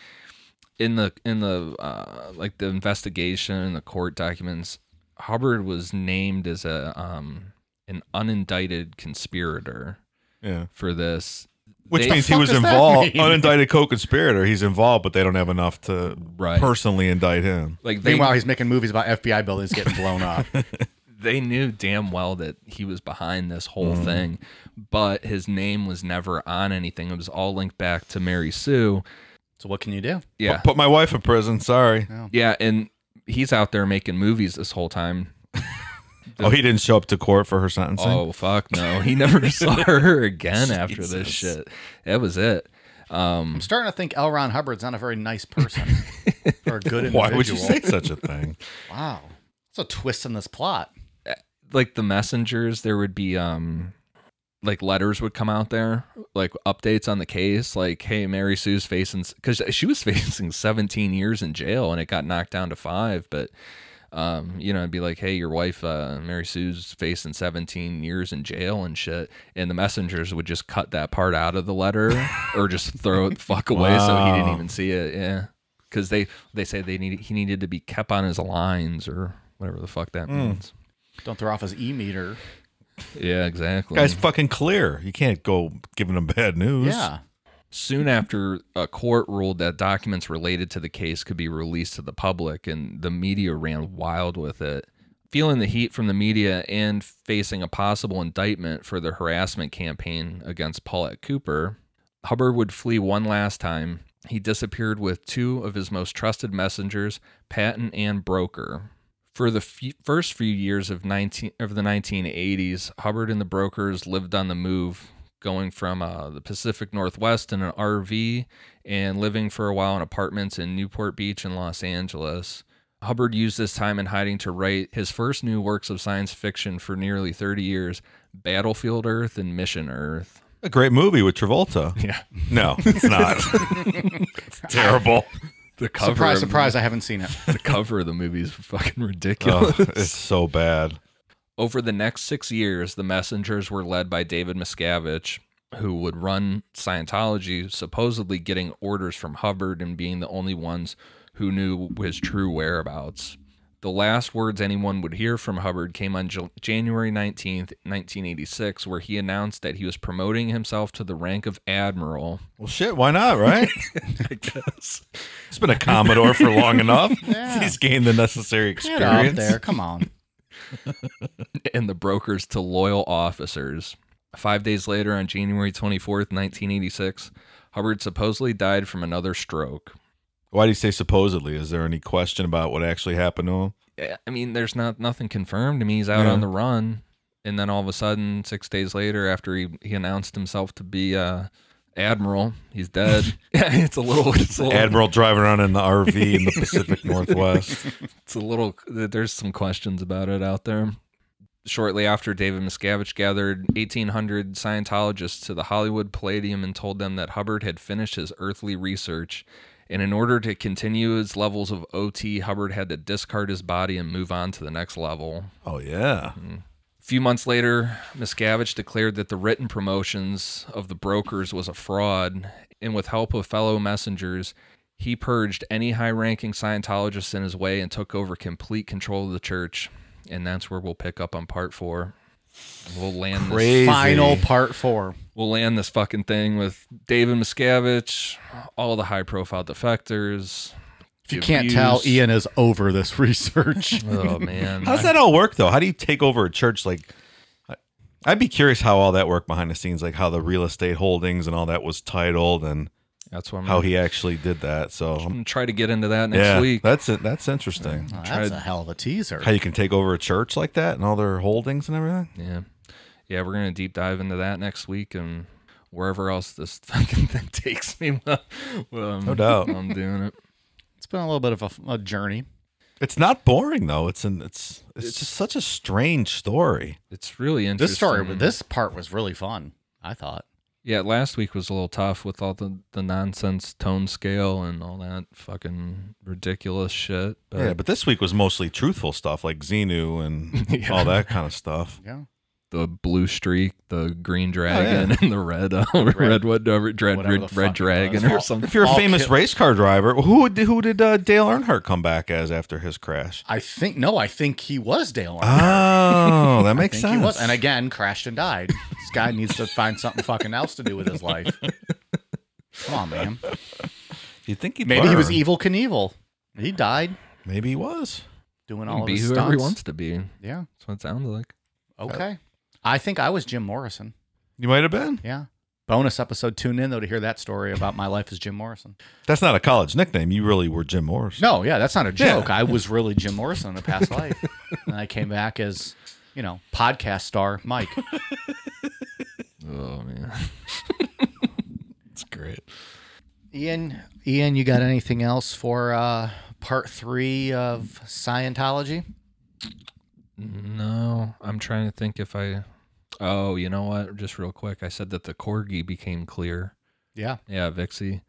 in the in the uh, like the investigation and the court documents, Hubbard was named as a um an unindicted conspirator
Yeah.
for this.
Which
They-
means he
fuck
was
does that
involved,
mean?
unindicted co-conspirator. He's involved, but they don't have enough to
Right.
personally indict him.
like they
Meanwhile, he's making movies about FBI buildings getting blown up.
they knew damn well that he was behind this whole thing, but his name was never on anything. It was all linked back to Mary Sue.
so what can you do?
Yeah.
Put my wife in prison. Sorry.
Yeah, and he's out there making movies this whole time.
Oh, he didn't show up to court for her sentencing.
Oh fuck no, he never saw her again after this shit. That was it.
I'm starting to think L. Ron Hubbard's not a very nice person or a good individual.
Why would you say such a thing?
Wow. That's a twist in this plot.
Like the messengers, there would be um, like letters would come out there, like updates on the case, like hey, Mary Sue's facing because she was facing 17 years in jail and it got knocked down to five, but. Um, you know, it'd be like, hey, your wife, uh, Mary Sue's facing 17 years in jail and shit. And the messengers would just cut that part out of the letter or just throw it the fuck away so he didn't
Wow.
even see it. Yeah. Cause they, they say they need, he needed to be kept on his lines or whatever the fuck that means.
Don't throw off his E meter.
Yeah, exactly.
Guy's fucking clear. You can't go giving him bad news.
Yeah.
soon after a court ruled that documents related to the case could be released to the public and the media ran wild with it feeling the heat from the media and facing a possible indictment for the harassment campaign against paulette cooper hubbard would flee one last time he disappeared with two of his most trusted messengers patton and broker for the f- first few years of 19 of the 1980s, Hubbard and the Brokers lived on the move, going from uh, the Pacific Northwest in an RV and living for a while in apartments in Newport Beach and Los Angeles. Hubbard used this time in hiding to write his first new works of science fiction for nearly 30 years, Battlefield Earth and Mission Earth.
A great movie with Travolta.
Yeah.
No, it's not. it's terrible.
The cover
Surprise,
of-
surprise. I haven't seen it.
The cover of the movie is fucking
Oh,
ridiculous.
it's so bad.
Over the next six years, the messengers were led by David Miscavige, who would run Scientology, supposedly getting orders from Hubbard and being the only ones who knew his true whereabouts. The last words anyone would hear from Hubbard came on J- January 19th, 1986, where he announced that he was promoting himself to the rank of admiral.
Well, shit. Why not? Right?
I guess.
He's been a commodore for long enough.
Yeah.
He's gained the necessary
Get out
experience.
there. Come on.
and the brokers to loyal officers. Five days later, on January 24th, 1986, Hubbard supposedly died from another stroke.
Why do you say supposedly? Is there any question about what actually happened to him?
Yeah, I mean, there's not nothing confirmed. I mean, he's out
Yeah.
on the run, and then all of a sudden, six days later, after he, he announced himself to be uh, admiral, he's dead. Yeah, it's a little, it's a little,
Admiral driving around in the RV in the Pacific Northwest.
it's a little. There's some questions about it out there. Shortly after, David Miscavige gathered 1,800 Scientologists to the Hollywood Palladium and told them that Hubbard had finished his earthly research. And in order to continue his levels of OT, Hubbard had to discard his body and move on to the next level.
Oh
A
yeah.
few months later, Miscavige declared that the written promotions of the brokers was a fraud, and with help of fellow messengers, he purged any high ranking Scientologists in his way and took over complete control of the church. And that's where we'll pick up on part four. We'll land this
Crazy.
Final part four.
we'll land this fucking thing with David Miscavige, all the high profile defectors.
If you can't tell, Ian is over this research.
Oh man.
How does that all work though? How do you take over a church? Like, I- I'd be curious how all that worked behind the scenes, like how the real estate holdings and all that was titled, and
That's what I'm
how he actually did that. So, um,
gonna try to get into that next
yeah,
week.
that's it. That's interesting.
Oh, that's a hell of a teaser.
How you can take over a church like that and all their holdings and everything.
Yeah. Yeah, we're going to deep dive into that next week and wherever else this fucking thing takes me. Well, um,
No doubt.
I'm doing it.
It's been a little bit of a, a journey.
It's not boring though. It's an it's it's, just such a strange story.
It's really interesting.
This story, this part was really fun. I thought.
Yeah, last week was a little tough with all the, the nonsense tone scale and all that fucking ridiculous shit. But
yeah, but this week was mostly truthful stuff like Xenu and
Yeah.
all that kind of stuff.
Yeah.
the blue streak, the green dragon, and the red uh, red, what dread,
Oh, whatever the
red,
fuck it
red dragon
was.
or something.
If you're a
All
famous
kill-
race car driver, who did, who did uh, Dale Earnhardt come back as after his crash?
I think no, I think he was Dale. Earnhardt.
Oh, that
I
makes
think
sense.
he was, and again, crashed and died. This guy needs to find something fucking else to do with his life. Come on, man.
you think he
Maybe he was
burned.
evil Knievel. He died
Maybe he was.
doing
You can
all of
Be
his
whoever he
stunts.
wants to be. That's
Yeah.
what it sounds like.
Okay. I think I was Jim Morrison.
You might have been.
Yeah. Bonus episode. Tune in though to hear that story about my life as Jim Morrison.
That's not a college nickname. You really were Jim Morris.
No, yeah, that's not a
Yeah.
joke. I was really Jim Morrison in a past life, and I came back as you know podcast star Mike.
Oh man, it's great.
Ian, Ian, you got anything else for uh, part three of Scientology?
No, I'm trying to think if I. Oh, you know what? Just real quick, I said that the corgi became clear.
Yeah.
Yeah, Vixie.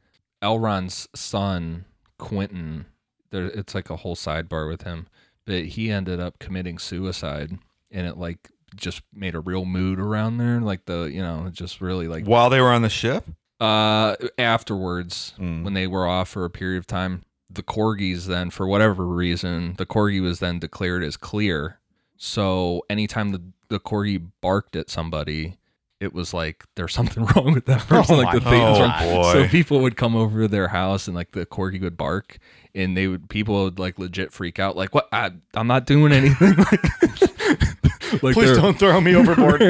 Elron's son, Quentin, there it's like a whole sidebar with him, but he ended up committing suicide and it like just made a real mood around there. Like the, you know, it just really like
While they were on the ship,
uh afterwards when they were off for a period of time, the corgis then for whatever reason, the corgi was then declared as clear. So anytime the the corgi barked at somebody, it was like there's something wrong with that person. like
my
the things
God.
were
Oh, boy.
so people would come over to their house and like the corgi would bark and they would people would like legit freak out like what I, I'm not doing anything like, like
Please
they're-
don't throw me overboard.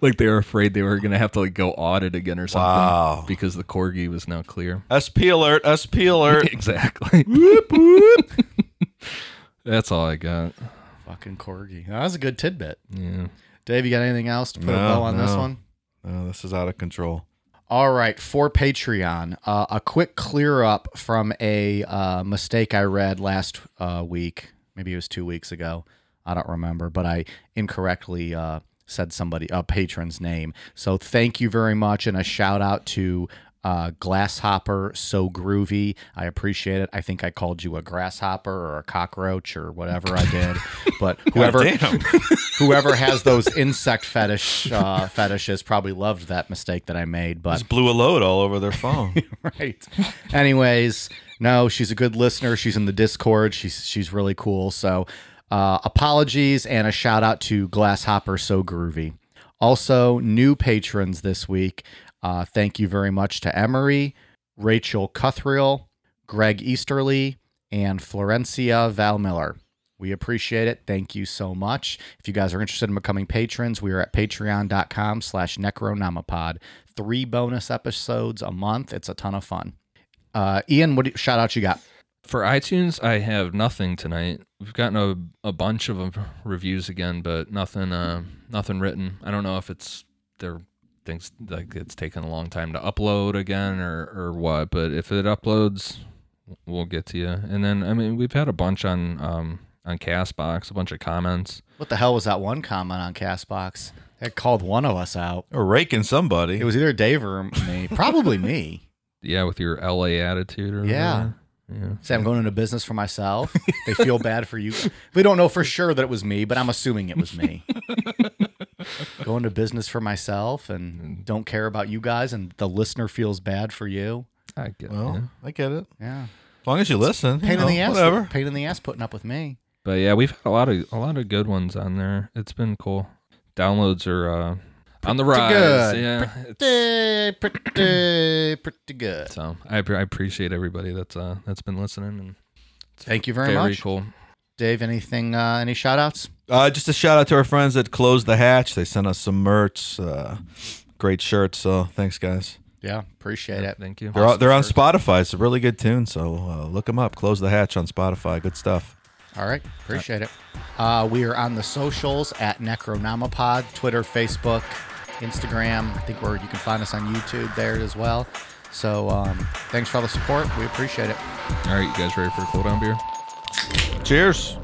like they were afraid they were gonna have to like go audit again or something
Wow.
because the corgi was now clear
SP alert, SP alert.
exactly that's all I got
Fucking corgi. That was a good tidbit.
yeah
Dave, you got anything else to put a
No,
bow on this
no.
one?
oh, this is out of control.
All right, for Patreon, uh, a quick clear up from a uh, mistake I read last uh, week. Maybe it was two weeks ago. I don't remember, but I incorrectly uh, said somebody a patron's name. So thank you very much, and a shout out to uh, Glasshopper. So groovy, I appreciate it. I think I called you a grasshopper or a cockroach or whatever I did, but whoever
Damn.
whoever has those insect fetish uh, fetishes probably loved that mistake that I made. But
Just blew a load all over their phone.
right. Anyways, no, she's a good listener. She's in the Discord. She's she's really cool. So, uh, apologies and a shout out to Glasshopper So Groovy. Also, new patrons this week. Uh, thank you very much to Emery, Rachel Cuthriel, Greg Easterly, and Florencia Val Miller. We appreciate it. Thank you so much. If you guys are interested in becoming patrons, we are at patreon.com slash necronomapod. Three bonus episodes a month. It's a ton of fun. Uh, Ian, what do, shout out you got?
for iTunes I have nothing tonight we've gotten a, a bunch of um, reviews again but nothing uh nothing written I don't know if it's they're things like it's taken a long time to upload again or or what but if it uploads we'll get to you and then I mean we've had a bunch on um on Castbox a bunch of comments
What the hell was that one comment on Castbox that called one of us out?
Or raking somebody.
It was either Dave or me, probably me.
yeah, with your LA attitude or
Yeah.
whatever.
Say I'm going into business for myself. They feel bad for you. We don't know for sure that it was me, but I'm assuming it was me. going into business for myself and don't care about you guys, and the listener feels bad for you.
Yeah, I get
well,
it.
I get it.
Yeah, Oh,
As long as you listen. you
pain
know,
in the ass.
Whatever.
Pain in the ass putting up with me.
But yeah, we've had a lot of a lot of good ones on there. It's been cool. Downloads are uh, on the rise.
good.
Yeah. it's-
Pretty, pretty, pretty good.
so I, app- I appreciate everybody that's uh that's been listening and
Thank you very,
very
much,
cool.
Dave. Anything? Uh, any shout outs?
Uh, just a shout out to our friends that closed the hatch. They sent us some merch, uh, great shirts. So thanks, guys.
Yeah, appreciate it.
Thank you.
They're on, they're on Spotify. It's a really good tune. So uh, look them up. Close the hatch on Spotify. Good stuff.
All right. Appreciate it. Uh, we are on the socials at Necronomapod, Twitter, Facebook, Instagram. I think where you can find us on YouTube there as well. So um, thanks for all the support. We appreciate it.
All right, you guys ready for a cool down beer?
Cheers.